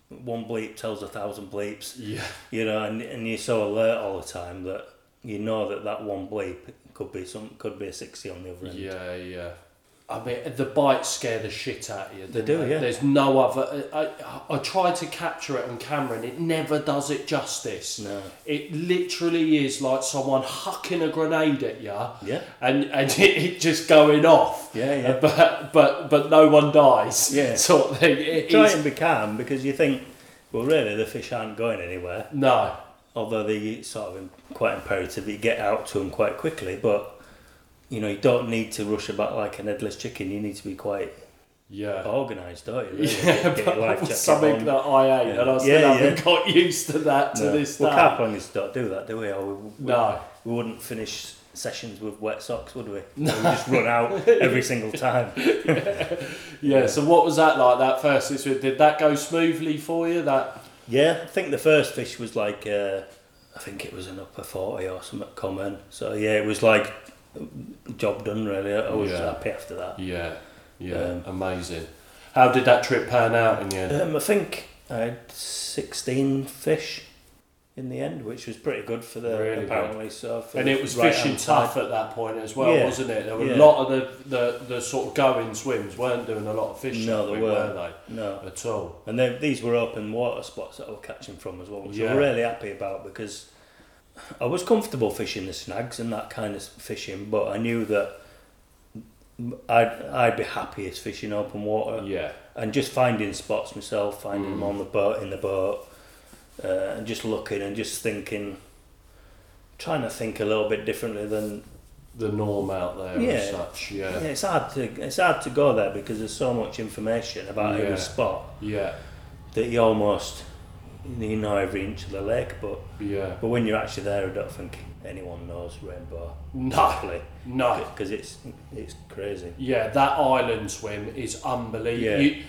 one bleep tells a thousand bleeps.
Yeah.
you know, and, and you're so alert all the time that you know that that one bleep could be some could be a sixty on the other end.
Yeah, yeah. I mean, the bites scare the shit out of you.
They
don't
do, yeah.
There's no other. I, I, I tried to capture it on camera and it never does it justice.
No.
It literally is like someone hucking a grenade at you.
Yeah.
And and it, it just going off.
Yeah, yeah.
Uh, But but but no one dies.
Yeah.
Sort of thing. It
Try
is-
and be calm because you think, well, really the fish aren't going anywhere.
no.
Although they sort of im- quite imperative, that you get out to them quite quickly. But you know, you don't need to rush about like an headless chicken. You need to be quite
Yeah.
organised, don't you? Really?
Yeah,
Get your
but
life
that was
jacket
something
on.
that I ate, and I still
Yeah,
haven't got used to that to
No.
this day.
well, carp don't do that, do we? Or we, we
No.
we wouldn't finish sessions with wet socks, would we? No. We just run out every single time.
Yeah, so what was that like, that first experience? Did that go smoothly for you? That
Yeah, I think the first fish was like, uh, I think it was an upper 40 or something common. So yeah, it was like, um, job done really. I was
Yeah.
happy after that.
Yeah, Um,
yeah,
amazing. How uh, did that trip pan out in the end?
Um, I think I had 16 fish in the end, which was pretty good for the
Really good.
apparently. So for
And
the
it was
right-hand
fishing
side.
tough at that point as well,
Yeah,
wasn't it? There were a
yeah.
lot of the, the, the sort of going swims weren't doing a lot of fishing.
No, they
were
weren't.
they?
No,
At all.
and then these were open water spots that I was catching from as well, which
Yeah.
I'm really happy about because I was comfortable fishing the snags and that kind of fishing, but I knew that I'd I'd be happiest fishing open water
Yeah. Mm.
and just finding spots myself, finding them on the boat, in the boat, uh, and just looking and just thinking, trying to think a little bit differently than
The norm out there and
Yeah.
such,
yeah,
yeah.
it's hard to it's hard to go there because there's so much information about
Yeah.
every spot
Yeah.
that you almost you know every inch of the lake, but
Yeah.
but when you're actually there, I don't think anyone knows Rainbow
No. No.
because it's it's crazy.
Yeah, that island swim is unbelievable.
Yeah.
You,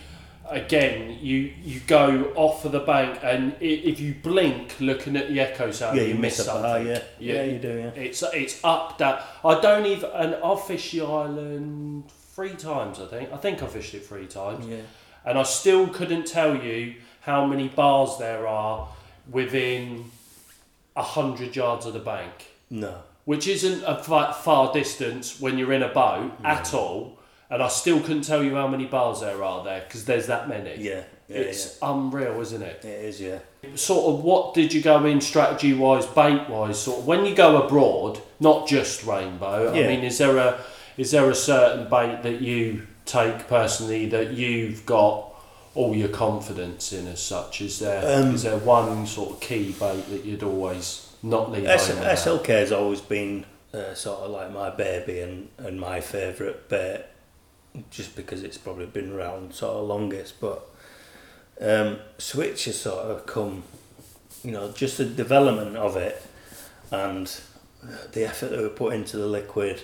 again, you you go off of the bank, and i- if you blink looking at the echo sound,
Yeah,
you, miss
a
something.
bar, yeah.
Yeah.
yeah, you do, yeah.
It's it's up that I don't even, and I've fished the island three times. I think I think I fished it three times,
Yeah.
and I still couldn't tell you how many bars there are within a hundred yards of the bank
No,
which isn't a fa- far distance when you're in a boat at all. And I still couldn't tell you how many bars there are there because there's that many.
yeah, yeah,
it's unreal, isn't it?
yeah. It is, yeah.
Sort of, what did you go in strategy wise, bait wise? Sort of, when you go abroad, not just rainbow. I
Yeah.
mean, is there a is there a certain bait that you take personally that you've got all your confidence in as such? Is there is
Um,
there one sort of key bait that you'd always not leave?
S-
home without?
SLK has always been uh, sort of like my baby and, and my favourite bit, just because it's probably been around sort of longest. But um, Switch has sort of come, you know, just the development of it and the effort that we put into the liquid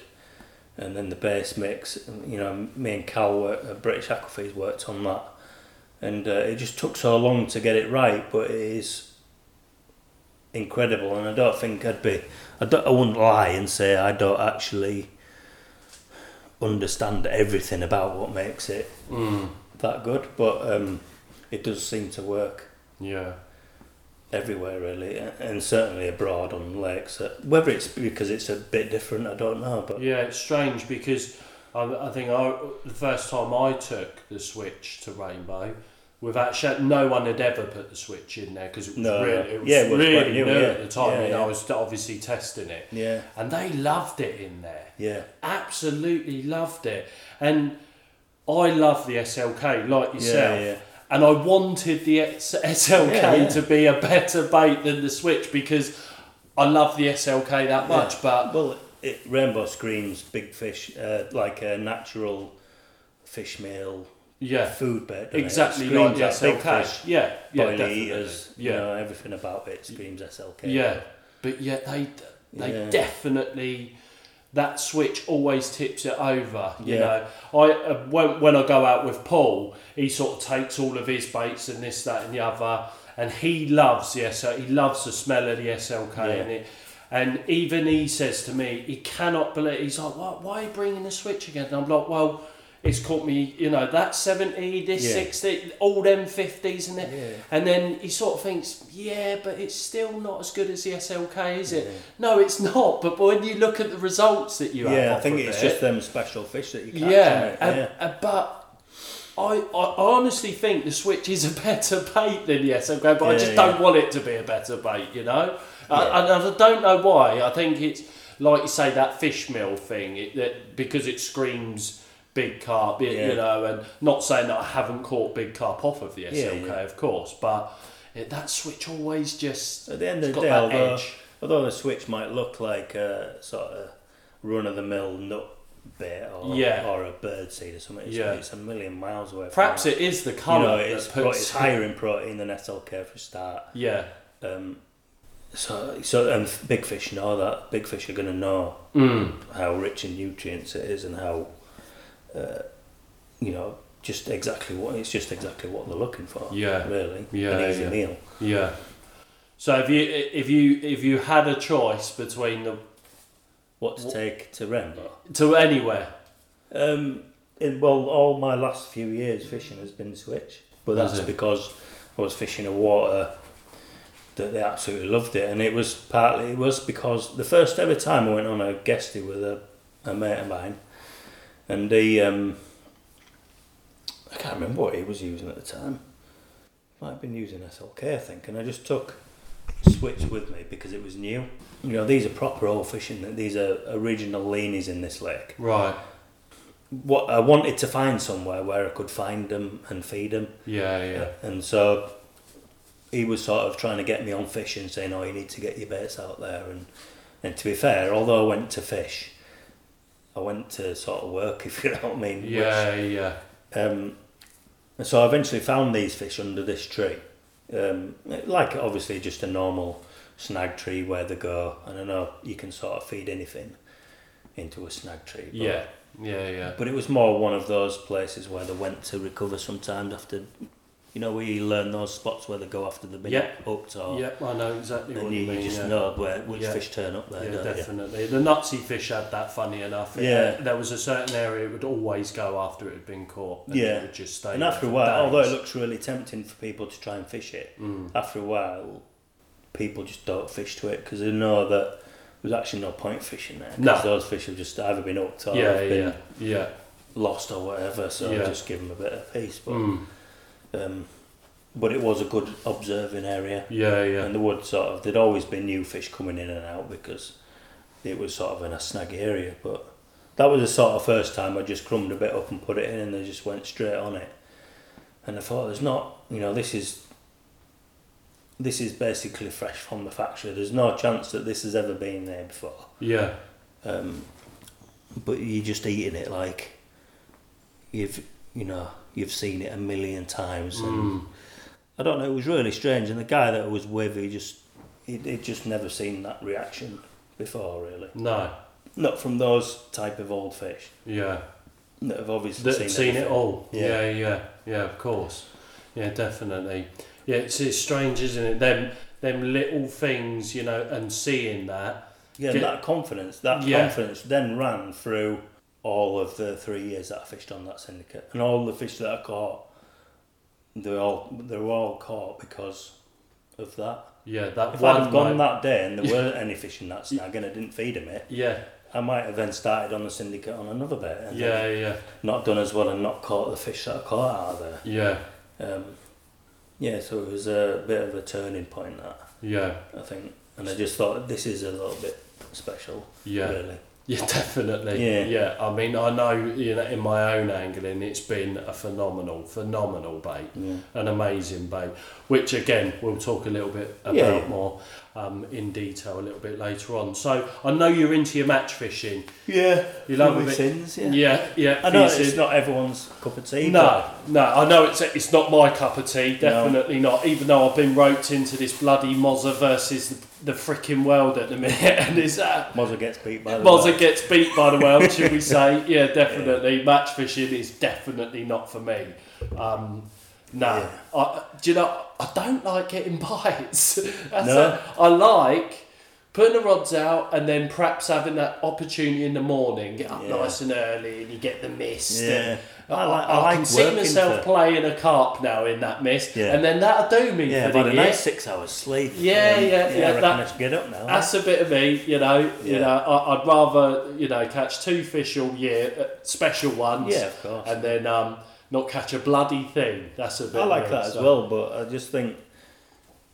and then the base mix. You know, me and Cal, work, uh, British Aquafees, worked on that. And uh, it just took so long to get it right, but it is incredible, and I don't think I'd be. I, don't, I wouldn't lie and say I don't actually understand everything about what makes it
Mm,
that good, but um, it does seem to work
yeah.
everywhere really, a- and certainly abroad on lakes. Uh, Whether it's because it's a bit different, I don't know, but
Yeah, it's strange because I, I think I, the first time I took the switch to Rainbow, without sh- no one had ever put the switch in there because it was
No,
really,
no.
it was
Yeah, it was
really
quite new,
new
yeah.
at the time,
Yeah,
and I
yeah.
was obviously testing it,
yeah,
and they loved it in there.
yeah,
Absolutely loved it, and I love the SLK like yourself.
yeah.
And I wanted the S- SLK
Yeah, yeah.
to be a better bait than the Switch because I love the SLK that much. But
Well, it, rainbow screams big fish, uh, like a natural fish meal
yeah,
food bed. doesn't it? It
Exactly
screams
like the
that big
SLK.
fish.
Yeah, yeah,
yeah,
definitely.
eaters,
yeah,
you know, everything about it screams SLK.
yeah. But yeah, they they
Yeah.
definitely that switch always tips it over. You
Yeah.
know, I uh, when when I go out with Paul, he sort of takes all of his baits and this, that, and the other, and he loves the SL. He loves the smell of the SLK
Yeah.
and it. And even he says to me, he cannot believe. He's like, "Why? Why are you bringing the switch again?" And I'm like, "Well, it's caught me. You know, that seventy, this
Yeah.
sixty, all them fifties, and it."
Yeah.
And then he sort of thinks, yeah, but it's still not as good as the SLK, is it? No, it's not. But when you look at the results that you have,
yeah. I
off
think
of
it's
it,
just them special fish that you catch.
yeah,
Yeah,
and-
yeah.
and- but. I, I honestly think the Switch is a better bait than the SLK, but I
Yeah,
just
yeah.
don't want it to be a better bait, you know? I, and I don't know why. I think it's, like you say, that fish meal thing, it, that, because it screams big carp, you-
Yeah.
you know, and not saying that I haven't caught big carp off of the SLK,
yeah.
of course, but it, that Switch always just.
At the end
it's
of
got
the day, uh,
that
although,
edge.
although the switch might look like a sort of run of the mill nut bait or,
Yeah.
or a bird seed or something, it's,
Yeah.
it's a million miles away.
Perhaps
from
it is the
you
colour
know,
that
it's, pro-
puts
it's higher in protein than SLK for a start.
Yeah.
Um, so, so and f- big fish know that. Big fish are going to know
Mm.
how rich in nutrients it is and how, uh, you know, just exactly what it's just exactly what they're looking for.
Yeah.
really.
Yeah,
an easy
yeah.
meal.
Yeah. So if you if you if you had a choice between the
What to take to Rembo?
to anywhere,
Um, in, well, all my last few years fishing has been switch, but
Has
that's
it?
because I was fishing a water that they absolutely loved it, and it was partly it was because the first ever time I went on a guesty with a, a mate of mine, and he um, I can't remember what he was using at the time. Might have been using SLK, I think, and I just took Switch with me because it was new. You know, these are proper old fishing. These are original leanies in this lake
Right.
what I wanted to find somewhere where I could find them and feed them.
Yeah, yeah.
And so he was sort of trying to get me on fishing, saying, "Oh, you need to get your baits out there." And and to be fair, although I went to fish, I went to sort of work, if you know what I mean. which-
Yeah, yeah.
um, and so I eventually found these fish under this tree. Um, like obviously just a normal snag tree where they go. And I know you can sort of feed anything into a snag tree. but-
Yeah. Yeah, yeah.
but it was more one of those places where they went to recover sometimes after, you know, where you learn those spots where they go after they've been
Yeah.
hooked or.
Yep, I know exactly
And
what
you,
you
you
mean.
just
yeah.
know where which
Yeah.
fish turn up there.
Yeah,
don't you?
definitely. The Nazi fish had that. Funny enough, It-
Yeah.
there was a certain area it would always go after it had been caught. And
Yeah.
it would just stay.
And
there
after a
for
while, although
days.
it looks really tempting for people to try and fish it,
Mm.
after a while, people just don't fish to it because they know that there's actually no point fishing there because
No.
those fish have just either been hooked or
yeah,
have been
yeah, yeah,
lost or whatever. So
Yeah.
just give them a bit of peace. But
Mm.
um, but it was a good observing area.
yeah, yeah,
And there would sort of there'd always be new fish coming in and out because it was sort of in a snag area. But that was the sort of first time I just crumbed a bit up and put it in, and they just went straight on it. And I thought, there's not, you know, this is this is basically fresh from the factory. There's no chance that this has ever been there before.
yeah,
Um, but you're just eating it like you've, you know, you've seen it a million times. And
mm.
I don't know. It was really strange, and the guy that I was with, he just, he he'd just never seen that reaction before, really.
no,
Not from those type of old fish
yeah,
that have obviously
that,
seen,
seen, it
everything.
all.
Yeah.
Yeah. yeah, yeah, of course. Yeah, definitely. Yeah, it's, it's strange, isn't it? Them, them little things, you know, and seeing that.
Yeah,
Get-
that confidence, that
Yeah.
confidence then ran through all of the three years that I fished on that syndicate, and all the fish that I caught, they all they were all caught because of that.
Yeah, that
If
one.
I'd have gone
night-
that day and there weren't any fish in that snag and I didn't feed him it,
Yeah,
I might have then started on the syndicate on another bit. and then-
yeah, yeah,
not done as well and not caught the fish that I caught out of
yeah,
there. Um, yeah, so it was a bit of a turning point that
yeah.
I think, and I just thought this is a little bit special.
Yeah.
really.
Yeah, definitely.
Yeah.
yeah. I mean, I know you know in my own angling, it's been a phenomenal, phenomenal bait,
Yeah.
an amazing bait. Which again, we'll talk a little bit about
Yeah, yeah.
more um, in detail a little bit later on. So I know you're into your match fishing.
Yeah,
You love
Probably
it.
sins. Yeah.
Yeah, yeah.
I know it's,
fishing.
not everyone's cup of tea.
No, no, I know it's it's not my cup of tea, definitely not. Even though I've been roped into this bloody Mozza versus the, the freaking world at the minute, and it's uh,
but Mozza gets beat by the
Mozza
world.
gets beat by the world, should we say? Yeah, definitely. Match fishing is definitely not for me. Um, no, I, do you know? I don't like getting bites. That's
No?
it. I like putting the rods out and then perhaps having that opportunity in the morning, get up
Yeah.
nice and early, and you get the mist.
Yeah,
and-
I like. I,
I,
like
can see
working
myself
for-
playing a carp now in that mist,
Yeah.
and then that'll do me
yeah,
for
I've
the
had a
year.
nice six hours sleep.
Yeah,
um,
yeah,
I
yeah,
reckon
that-
I should get up now.
That's a bit of me, you know. You
Yeah.
know, I, I'd rather you know catch two fish all year, uh, special ones,
Yeah, of course.
and then um, not catch a bloody thing. That's a bit.
I like
of me,
that as
so-
well, but I just think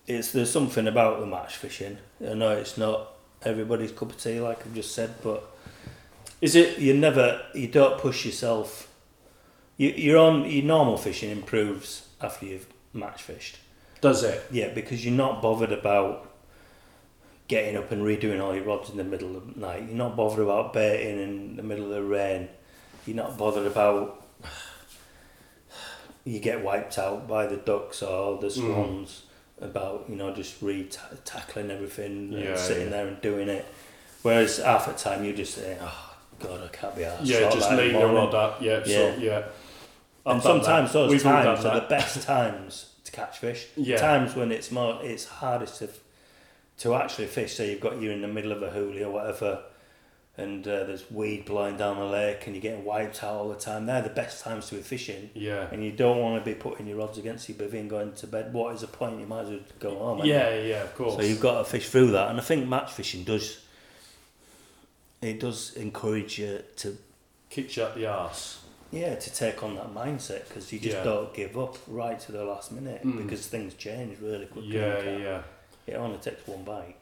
it's there's something about the match fishing. I know it's not everybody's cup of tea, like I've just said, but
Is it?
you never you don't push yourself. You, your on your normal fishing improves after you've match fished.
Does it?
Yeah, because you're not bothered about getting up and redoing all your rods in the middle of the night. You're not bothered about baiting in the middle of the rain. You're not bothered about you get wiped out by the ducks or
Mm.
the swans about you know just re tackling everything
Yeah,
and sitting
yeah.
there and doing it. Whereas half the time you just say, "Oh God, I can't be arsed."
Yeah,
Sort
just
that in
leave the
morning.
rod up. Yeah, yeah,
Yeah.
so, yeah. I've
And
done
sometimes
that.
those
We've all done
times are
that.
the best times to catch fish.
Yeah.
Times when it's more, it's hardest to, to actually fish. So you've got you in the middle of a hoolie or whatever, and uh, there's weed blowing down the lake and you're getting wiped out all the time. They're the best times to be fishing.
Yeah.
And you don't want to be putting your rods against your bivvy and going to bed. What is the point? You might as well go home. ain't you?
Yeah, yeah, of course.
So you've got to fish through that, and I think match fishing does. It does encourage you to,
Kicks you up the arse.
yeah, to take on that mindset because you just
Yeah. Mm.
don't give up right to the last minute because things change really quickly.
Yeah,
can't
yeah.
It only takes one bite.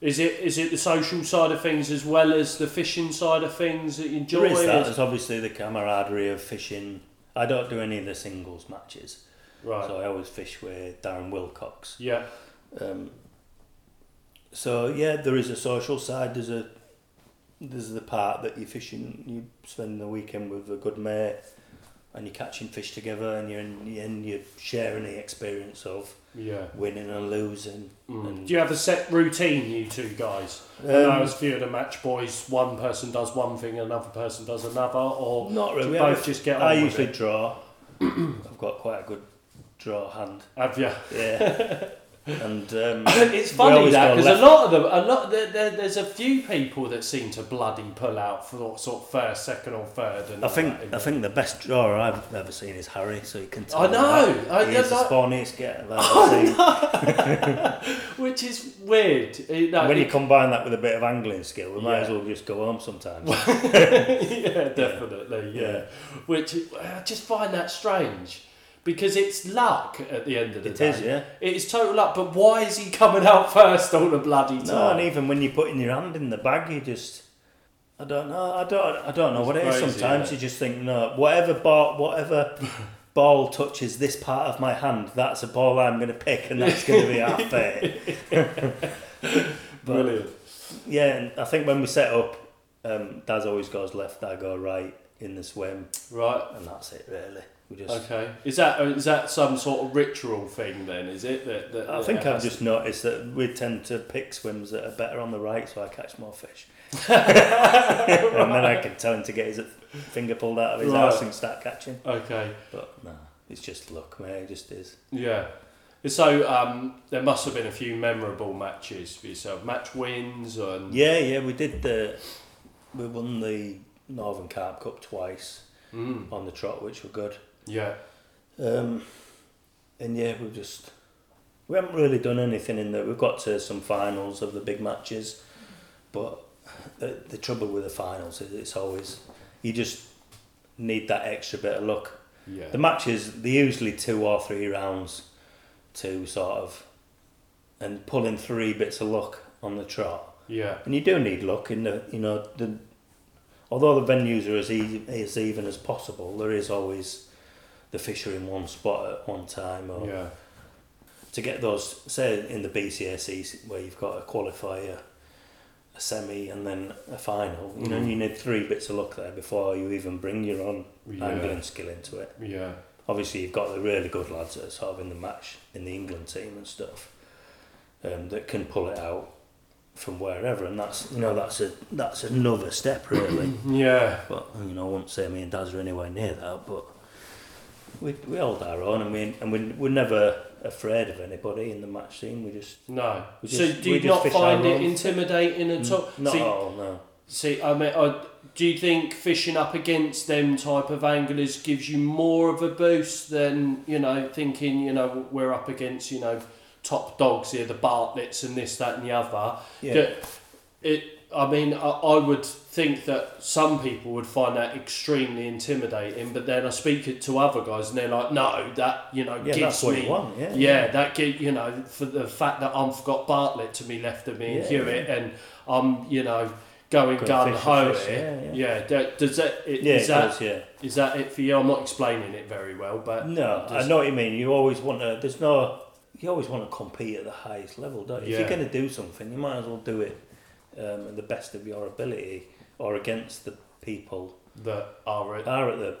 Is it is it the social side of things as well as the fishing side of things that you enjoy?
There is that. There's obviously the camaraderie of fishing. I don't do any of the singles matches,
Right.
so I always fish with Darren Wilcox.
Yeah.
Um, so yeah, there is a social side. There's a there's the part that you're fishing, you spending the weekend with a good mate, and you're catching fish together, and you're in, and you're sharing the experience of
Yeah.
winning and losing.
Mm.
And,
Do you have a set routine, you two guys? I know as few of the match boys, one person does one thing, another person does another, or
Not
do
really.
you
I-
both just get on
I
with
usually
it?
draw. I've got quite a good draw hand.
Have you?
Yeah. and um,
it's
we
funny
always
that
go
because
left-
a lot of them, a lot there, there, there's a few people that seem to bloody pull out for sort of first, second, or third. And
I
all that,
think
innit?
I think the best drawer I've ever seen is Harry, so you can tell.
I
him
know,
that.
I-
He is
I-
the spawniest get I've ever seen.
which is weird. It- no,
When you
it-
combine that with a bit of angling skill, we might as
Yeah.
well just go home sometimes.
yeah, definitely. Yeah.
Yeah.
Which I just find that strange because it's luck at the end of the
It
day.
is, yeah.
It is total luck. But why is he coming out first all the bloody time?
no, and even when you're putting your hand in the bag, you just. I don't know. I don't. I don't know what it is.
crazy,
Sometimes
isn't
you just think, no, whatever ball, whatever ball touches this part of my hand, that's a ball I'm going to pick, and that's going to be our fate.
Brilliant.
Yeah, and I think when we set up, um, Daz always goes left, I go right in the swim,
Right.
and that's it really. We just.
Okay. Is that uh, is that some sort of ritual thing then? Is it that? that
I
that
think I've
has-
just noticed that we tend to pick swims that are better on the right, so I catch more fish. And then I can tell him to get his finger pulled out of his
Right.
house and start catching.
Okay.
But no, it's just luck, mate. It just is.
Yeah. So um, there must have been a few memorable matches for yourself, match wins and
Yeah, yeah, we did the. We won the Northern Carp Cup twice
Mm,
on the trot, which were good.
yeah.
Um, and yeah, we've just we haven't really done anything in that. We've got to some finals of the big matches, but the, the trouble with the finals is it's always you just need that extra bit of luck.
Yeah.
The matches they're usually two or three rounds, to sort of, and pulling three bits of luck on the trot.
yeah.
And you do need luck in the you know the although the venues are as easy, as even as possible, there is always the fisher in one spot at one time or
Yeah.
to get those say in the BCSE E where you've got a qualifier, a semi and then a final. You know,
Mm.
you need three bits of luck there before you even bring your own
Yeah.
angling skill into it.
Yeah.
Obviously you've got the really good lads that are sort of in the match in the England team and stuff. Um, that can pull it out from wherever and that's you know, that's a that's another step really.
Yeah.
But you know, I wouldn't say me and Daz are anywhere near that. But we we hold our own, and we and we we're never afraid of anybody in the match scene. We just
No.
We
so
just-
do
we
you
just
not
fish
find
our
it
own- Mm.
intimidating at all?
not
see,
at all. No,
see, I mean, I, do you think fishing up against them type of anglers gives you more of a boost than you know thinking you know we're up against you know top dogs here, the Bartlets and this, that, and the other?
yeah,
Do- it. I mean, I, I would think that some people would find that extremely intimidating, but then I speak it to other guys, and they're like, "No, that you know
yeah,
gives
that's what
me
you want. Yeah,
yeah, that gig, you know, for the fact that I've got Bartlett to me left of me and
Yeah,
Hewitt, and I'm, you know, going
Going
gun
fish
ho
and fish,
here.
yeah,
Yeah, that- does that, it,
yeah,
is,
it
that
does, yeah.
is that it for you? I'm not explaining it very well, but
No, I
does-
know what you mean. You always want to. There's no. You always want to compete at the highest level, don't you? If
Yeah.
you're going to do something, you might as well do it um, at the best of your ability or against the people
that are at
that are at the,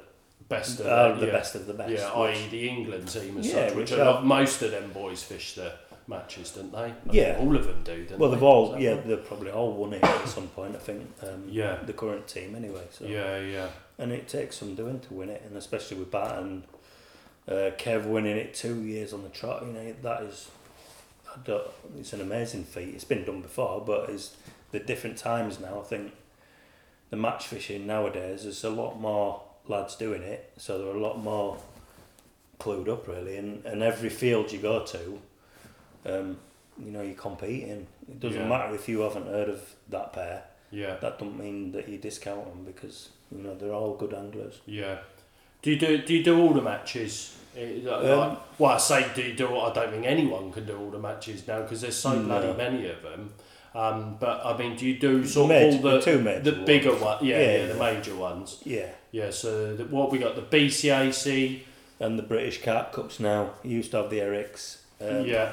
best of
are
it,
Uh, oh, the
yeah.
best of the best.
Yeah, i.e. the England team as
Yeah,
such, which
which
are,
are-
not- most of them boys fish the matches, don't they? I think
Yeah.
all of them do. Don't
Well,
they?
they've
Is
all,
that
yeah,
right?
they've probably all won it at some point, I think. Um,
Yeah.
The current team, anyway. So.
yeah, yeah,
And it takes some doing to win it, and especially with Barton, uh, Kev winning it two years on the trot, you know, that is, I don't, it's an amazing feat. It's been done before, but it's the different times now, I think the match fishing nowadays, there's a lot more lads doing it, so they're a lot more clued up really. And, and every field you go to, um, you know, you're competing. It doesn't
Yeah.
matter if you haven't heard of that pair.
Yeah.
That don't mean that you discount them because you know they're all good anglers.
Yeah. Do you do do you do all the matches? Eh, like-
Um,
well, I say do you do. all- I don't think anyone can do all the matches now because there's so
No.
bloody many of them. Um, but I mean, do you do sort
Major-
of all the
the two major
the
ones.
bigger one? Yeah, yeah,
Yeah,
the major ones.
Yeah,
Yeah. So the, what we got the BCAC.
and the British Cat Cups now. You used to have the Erics, um,
yeah.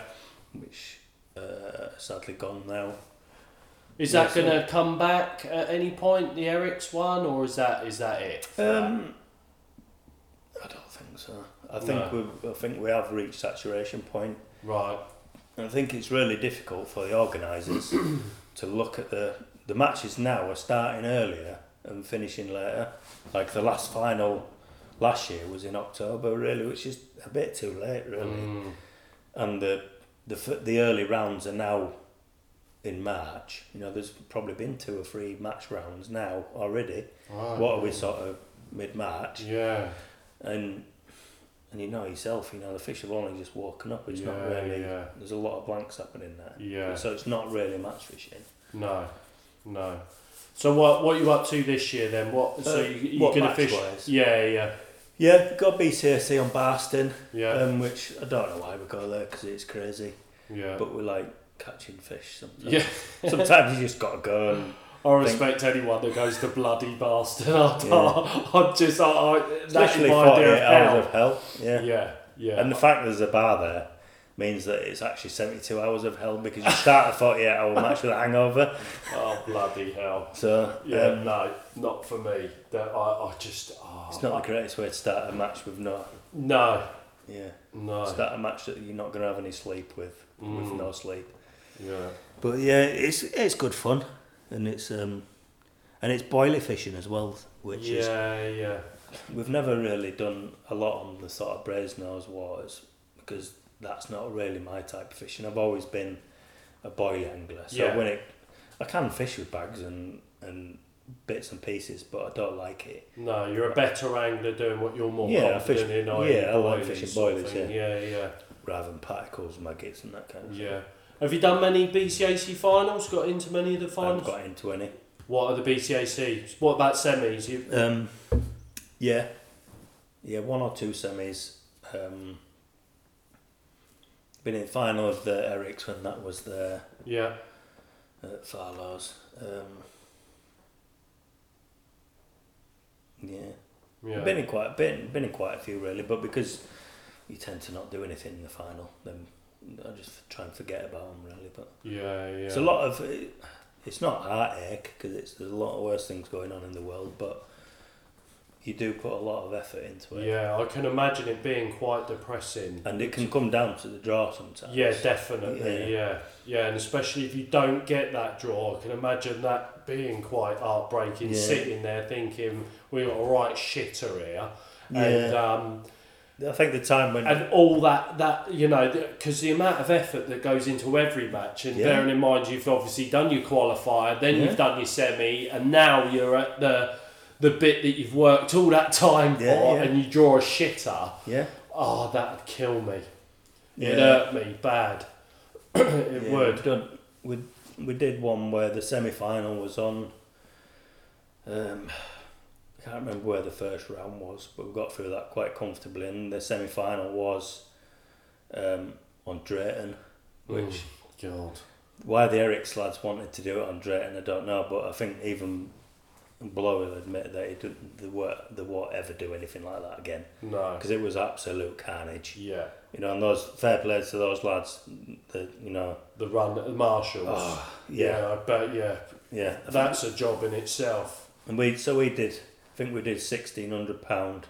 which uh, sadly gone now.
Is
yeah,
that
so-
going to come back at any point, the Eric's one, or is that is that it? for that?
Um, I don't think so. I think we I think we have reached saturation point.
right.
And I think it's really difficult for the organisers to look at the the matches now are starting earlier and finishing later. Like the last final last year was in October, really, which is a bit too late, really.
Mm,
And the the f- the early rounds are now in March. You know, there's probably been two or three match rounds now already.
Mm, right.
What are we sort of mid March?
Yeah.
and and you know yourself, you know the fish have only just woken up. It's not
Yeah,
really.
yeah.
There's a lot of blanks happening there.
Yeah.
So it's not really match fishing.
No, no. So what what you up to this year then? What so
Uh,
you you
what
gonna
match
fish?
wise?
Yeah, yeah,
Yeah, got BCSC on Barston,
yeah,
um, which I don't know why we go there because it's crazy,
yeah.
but we're like catching fish sometimes.
yeah,
sometimes you just gotta go and
I respect anyone that goes to bloody bastard. I,
Yeah.
I, am just, I, I, that's
especially
my
forty eight
idea
hours
of
of hell. Yeah.
hell. Yeah, yeah.
And the fact there's a bar there means that it's actually seventy two hours of hell because you start a forty eight hour match with a hangover.
oh bloody hell!
So
Yeah,
um,
no, not for me. That I, I just, oh,
it's not the greatest way to start a match with no.
no,
Yeah.
no.
It's that a match that you're not going to have any sleep with, with
Mm.
no sleep.
yeah,
But yeah, it's it's good fun, and it's um, and it's boiler fishing as well, which is
yeah, yeah,
we've never really done a lot on the sort of braised nose waters because that's not really my type of fishing. I've always been a boiler angler, so
Yeah.
when it I can fish with bags and and bits and pieces, but I don't like it.
no. You're a better angler doing what you're more
Yeah, I fish-
confident in. i.e.
yeah, I like
boilies
fishing
sort of
boilies,
thing. yeah, yeah.
Rather than particles, maggots, and that kind of
Yeah. Have you done many BCAC finals? Got into many of the
thing. I haven't
finals?
got into any.
What are the BCACs? What about semis? You,
Um, yeah, yeah, one or two semis. Um, been in final of the Erics when that was there
yeah.
at Farlow's. Um, yeah,
Yeah.
been in quite been been in quite a few really, but because you tend to not do anything in the final, then I just try and forget about them really. But
yeah. Yeah.
it's a lot of it's not heartache because it's there's a lot of worse things going on in the world, but you do put a lot of effort into it,
Yeah, I can imagine it being quite depressing.
and it can come down to the draw sometimes.
Yeah, definitely. Yeah.
Yeah.
yeah, and especially if you don't get that draw, I can imagine that being quite heartbreaking.
Yeah.
Sitting there thinking we got a right shitter here,
Yeah.
and um,
I think the time when
and all that that you know because the amount of effort that goes into every match and
Yeah.
bearing in mind you've obviously done your qualifier then
Yeah.
you've done your semi and now you're at the the bit that you've worked all that time
Yeah,
for
yeah.
and you draw a shitter
yeah,
oh that'd kill me
yeah,
it'd hurt me bad it
yeah,
would
we've done- we we did one where the semi final was on. Um, I can't remember where the first round was, but we got through that quite comfortably, and the semi final was um, on Drayton, which.
god
why the Erics lads wanted to do it on Drayton, I don't know, but I think even Blow will admit that he didn't, they, were, they won't ever do anything like that again
no
because it was absolute carnage.
yeah
You know, and those fair plays to those lads, the, you know,
the run at the marshals
Ah, yeah,
yeah i bet yeah
yeah. I think-
that's a job in itself
And we, so we did, I think we did £1,600 um,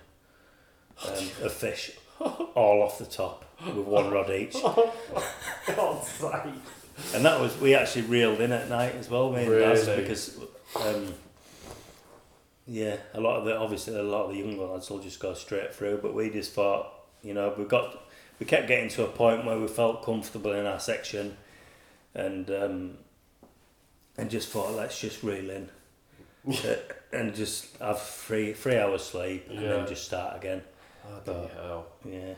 of fish all off the top with one rod each.
god's sake
And that was we actually reeled in at night as well, me and Daz,
Really?
because um, yeah, a lot of the obviously a lot of the younger lads will just go straight through, but we just thought, you know, we got we kept getting to a point where we felt comfortable in our section, and um, and just thought let's just reel in. and just have three three hours sleep and
Yeah.
then just start again.
Bloody hell.
Yeah.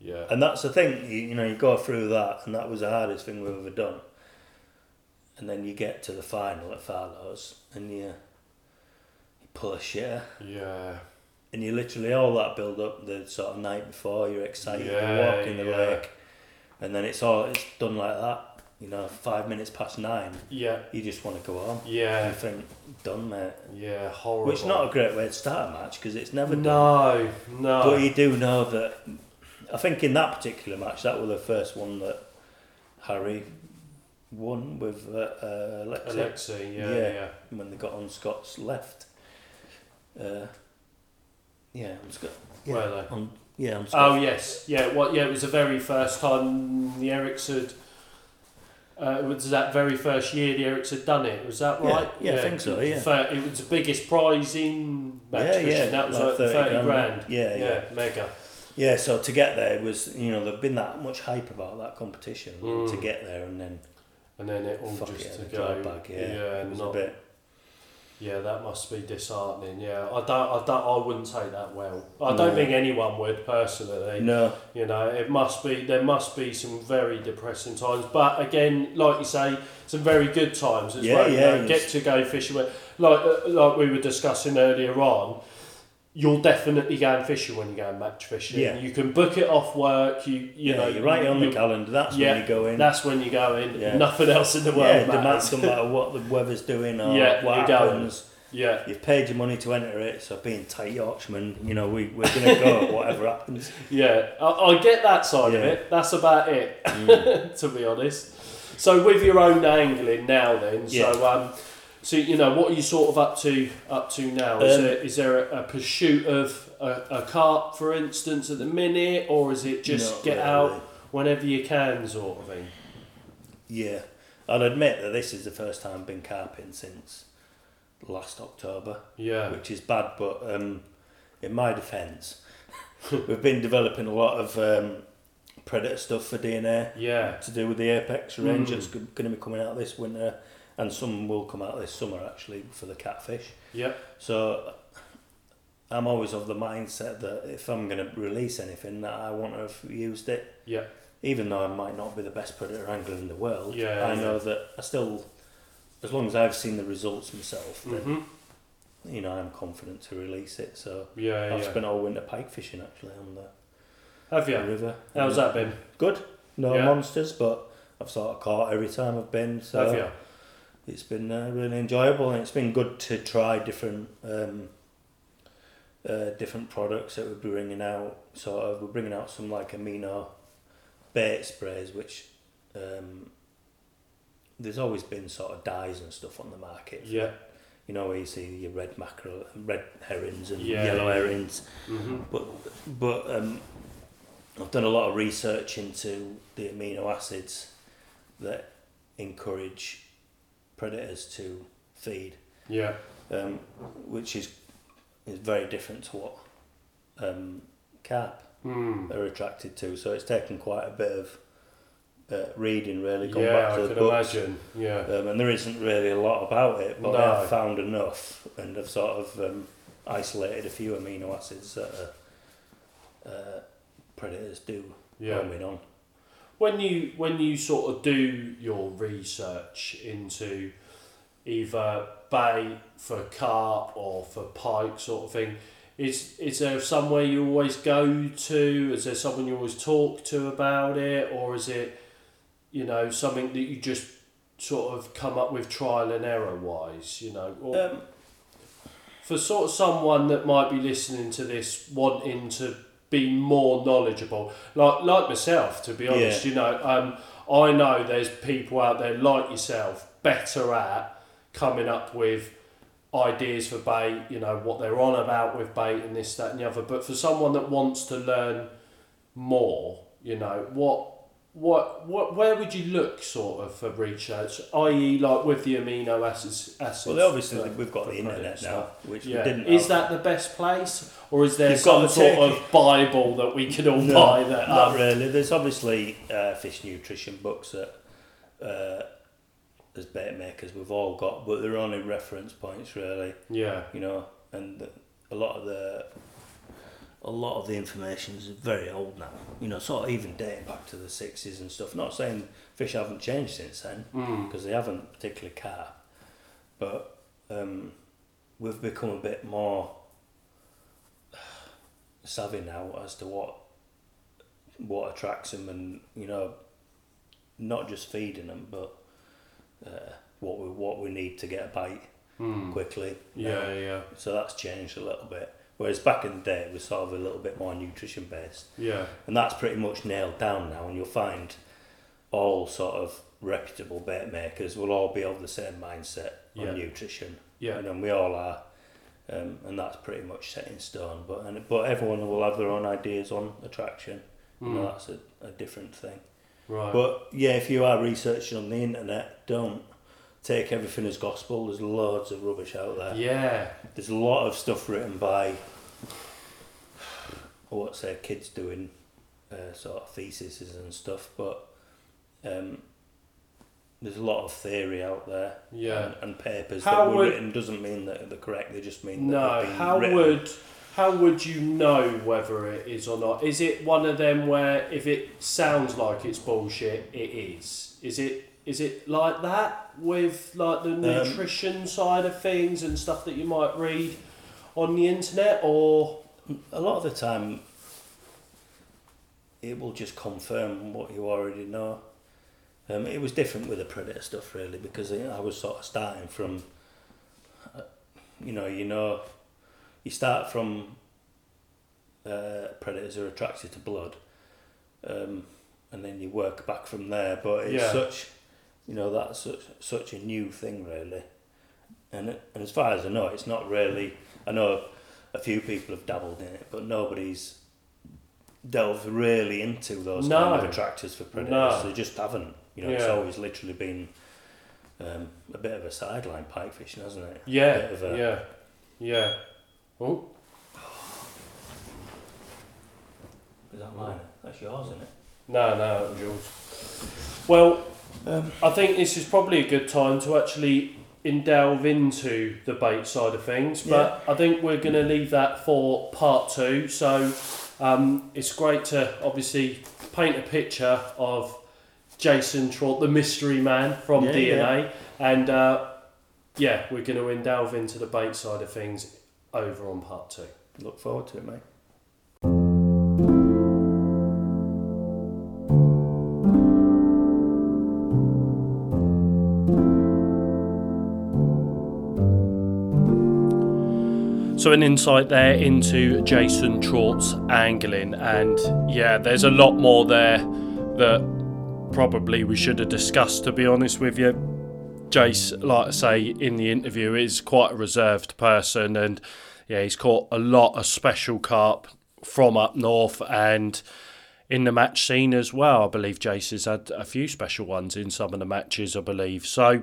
Yeah.
And that's the thing, you, you know, you go through that, and that was the hardest thing we've ever done. And then you get to the final at Farlow's, and you, you pull a shitter.
yeah.
And you literally, all that build up the sort of night before, you're excited,
Yeah,
you're walking the
yeah.
lake. And then it's all, it's done like that. You know, five minutes past nine,
Yeah.
you just want to go home. You
Yeah.
think, done, mate.
Yeah. Horrible.
Which is not a great way to start a match, because it's never done.
No. No.
But you do know that I think in that particular match, that was the first one that Harry won with uh, uh, Alexei
Alexei. Yeah.
Yeah.
Yeah.
when they got on Scott's left. Uh, yeah, on Scott. Yeah.
Were they?
On, yeah, on
uh, Oh
Scott's.
yes, yeah. What? Yeah, it was the very first time the Erics had. Uh, it was that very first year the Erics had done it. Was that
Yeah,
right?
yeah, I think so, yeah.
Fir- it was the biggest prize in match
Yeah,
fishing.
yeah,
That was
like
like
30
thirty,
grand.
grand.
Yeah, yeah.
mega.
Yeah, so to get there was, you know, there'd been that much hype about that competition.
Mm.
To get there and then
And then it all
fuck
just
it,
to
the
go.
drawback, yeah. it was
not,
a bit.
Yeah, that must be disheartening. Yeah, I don't, I don't, I wouldn't take that well. I don't
No.
think anyone would personally.
No,
You know, it must be there must be some very depressing times, but again, like you say, some very good times as
Yeah,
well. you
yeah,
know,
yes.
get to go fishing with, like uh, like we were discussing earlier on. You're definitely going fishing when you're going match fishing.
Yeah.
You can book it off work. You you
yeah,
know
you're right on the
you-
calendar. That's
yeah,
when you go in.
That's when you go in.
Yeah.
Nothing else in the
yeah,
world
it demands
matters.
no matter what the weather's doing or
Yeah,
what
you go.
happens.
yeah,
You've paid your money to enter it, so being tight Yorkshireman, you know, we, we're going to go whatever happens.
yeah. I, I get that side of
Yeah. Mm.
it. That's about it, to be honest. So with your own angling now, then. So
Yeah.
um, so you know what are you sort of up to up to now? is
Um,
there is there a, a pursuit of a, a carp, for instance, at the minute, or is it just
Not
get
really.
out whenever you can, sort of thing?
Yeah. I'll admit that this is the first time I've been carping since last October,
Yeah.
which is bad, but um, in my defence, we've been developing a lot of um, predator stuff for DNA
Yeah.
to do with the apex range
Mm.
that's going to be coming out this winter, and some will come out this summer actually for the catfish.
Yep.
So I'm always of the mindset that if I'm going to release anything, that I want to have used it.
Yeah.
Even though I might not be the best predator angler in the world,
Yeah,
I
yeah.
know that I still, as long as I've seen the results myself, then,
Mhm.
you know, I'm confident to release it. So
Yeah.
I've
Yeah.
spent all winter pike fishing actually on the
Have you?
river.
How's that been?
Good. No
Yeah.
monsters, but I've sort of caught every time I've been. So
Have you?
it's been uh, really enjoyable and it's been good to try different um, uh, different products that we're bringing out. So uh, we're bringing out some like amino bait sprays, which um, there's always been sort of dyes and stuff on the market.
Yeah.
You know, where you see your red mackerel, red herrings, and
Yeah,
yellow
yeah.
herrings.
hmm
But but um, I've done a lot of research into the amino acids that encourage predators to feed,
Yeah.
um, which is is very different to what um, carp
Mm.
are attracted to. So it's taken quite a bit of uh, reading really. Gone
Yeah,
back
I
to
can
the books.
imagine. Yeah.
Um, and there isn't really a lot about it, but
No.
I've found enough and I've sort of um, isolated a few amino acids that uh, uh, predators do
Yeah.
homing on.
when you when you sort of do your research into either bait for carp or for pike sort of thing is is there somewhere you always go to is there someone you always talk to about it or is it you know something that you just sort of come up with trial and error wise you know or
Um,
for sort of someone that might be listening to this wanting to be more knowledgeable like like myself to be honest you know um i know there's people out there like yourself better at coming up with ideas for bait you know what they're on about with bait and this that and the other but for someone that wants to learn more you know what what, what where would you look sort of for research i.e like with the amino acids, acids
well, obviously,
for-
we've got
for
the
product
internet now,
stuff.
which
Yeah.
we didn't
Is
have.
that the best place, or is there
You've
some
got to
sort
take
of Bible that we can all
No,
buy that?
Not
um,
really. There's obviously uh, fish nutrition books that uh, as bet makers we've all got, but they're only reference points really.
Yeah.
You know, and the, a lot of the a lot of the information is very old now. You know, sort of even dating back to the sixties and stuff. Not saying fish haven't changed since then because they haven't, particularly carp, but um, we've become a bit more savvy now as to what what attracts them and you know not just feeding them but uh, what we what we need to get a bite quickly
Yeah, yeah,
so that's changed a little bit whereas back in the day it was sort of a little bit more nutrition based
yeah.
and that's pretty much nailed down now and you'll find all sort of reputable bet makers will all be of the same mindset
Yeah.
on nutrition
Yeah.
and then we all are um, and that's pretty much set in stone but and, but everyone will have their own ideas on attraction you
Mm.
know, that's a, a different thing
Right.
but yeah if you are researching on the internet don't take everything as gospel there's loads of rubbish out there
yeah.
there's a lot of stuff written by what's their kids doing uh, sort of theses and stuff but um, there's a lot of theory out there
Yeah.
and, and papers
How
that were
would-
written doesn't mean that they're correct they just mean that
No,
they've been
how
written.
would how would you know whether it is or not? Is it one of them where if it sounds like it's bullshit, it is? Is it is it like that with like
Um,
the nutrition side of things and stuff that you might read on the internet or
a lot of the time it will just confirm what you already know um, it was different with the predator stuff really because you know, I was sort of starting from uh, you know you know you start from uh, predators are attracted to blood um, and then you work back from there but it's
Yeah.
such you know that's such, such a new thing really and, it- and as far as I know it's not really I know a few people have dabbled in it but nobody's delved really into those kind
No.
of attractors for predators
No.
they just haven't you know it's
Yeah.
always literally been um, a bit of a sideline pike fishing hasn't it a
yeah
bit of a,
yeah yeah oh
is that mine that's yours isn't it
no no it was yours. well
Um,
I think this is probably a good time to actually in delve into the bait side of things, but I think we're going to leave that for part two. So um, it's great to obviously paint a picture of Jason Trott, the mystery man from
Yeah,
DNA, and uh, yeah, we're going to in delve into the bait side of things over on part two.
look forward to it mate
So, an insight there into Jason Trott's angling, and yeah, there's a lot more there that probably we should have discussed, to be honest with you. Jace, like I say in the interview, is quite a reserved person, and yeah, he's caught a lot of special carp from up north and in the match scene as well. I believe Jace has had a few special ones in some of the matches, I believe. So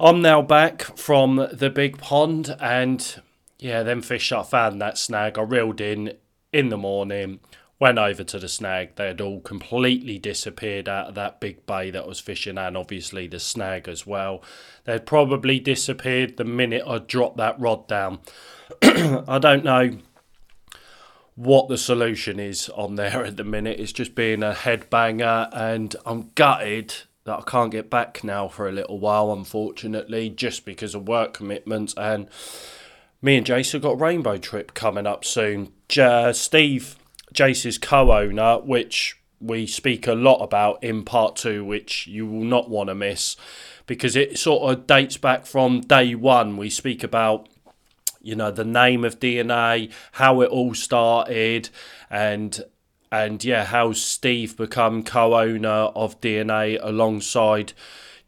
I'm now back from the big pond, and yeah, them fish I found that snag I reeled in in the morning. Went over to the snag, they had all completely disappeared out of that big bay that I was fishing, and obviously the snag as well. They'd probably disappeared the minute I dropped that rod down. I don't know what the solution is on there at the minute. It's just being a headbanger, and I'm gutted that I can't get back now for a little while, unfortunately, just because of work commitments. And me and Jace have got a rainbow trip coming up soon. Ja Steve, Jace's co owner, which we speak a lot about in part two, which you will not want to miss because it sort of dates back from day one. We speak about you know the name of DNA, how it all started, and and yeah, how Steve become co-owner of DNA alongside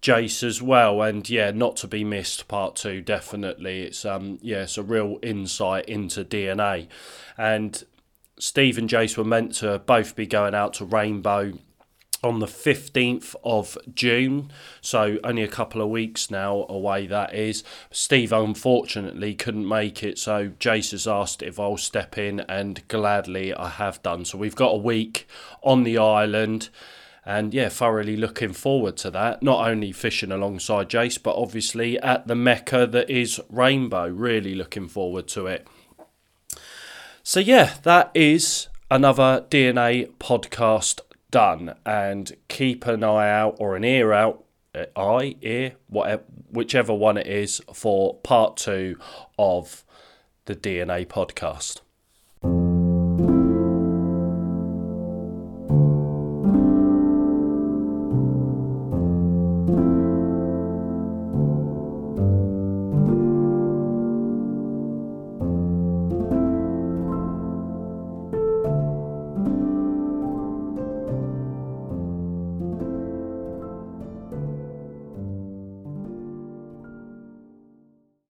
Jace as well, and yeah, not to be missed. Part two, definitely. It's um yeah, it's a real insight into DNA, and Steve and Jace were meant to both be going out to Rainbow on the 15th of June, so only a couple of weeks now away that is. Steve unfortunately couldn't make it, so Jace has asked if I'll step in, and gladly I have done. So we've got a week on the island, And yeah, thoroughly looking forward to that. Not only fishing alongside Jace, but obviously at the mecca that is Rainbow. Really looking forward to it. So yeah, that is another DNA podcast done. And keep an eye out or an ear out, uh, eye, ear, whatever, whichever one it is, for part two of the DNA podcast.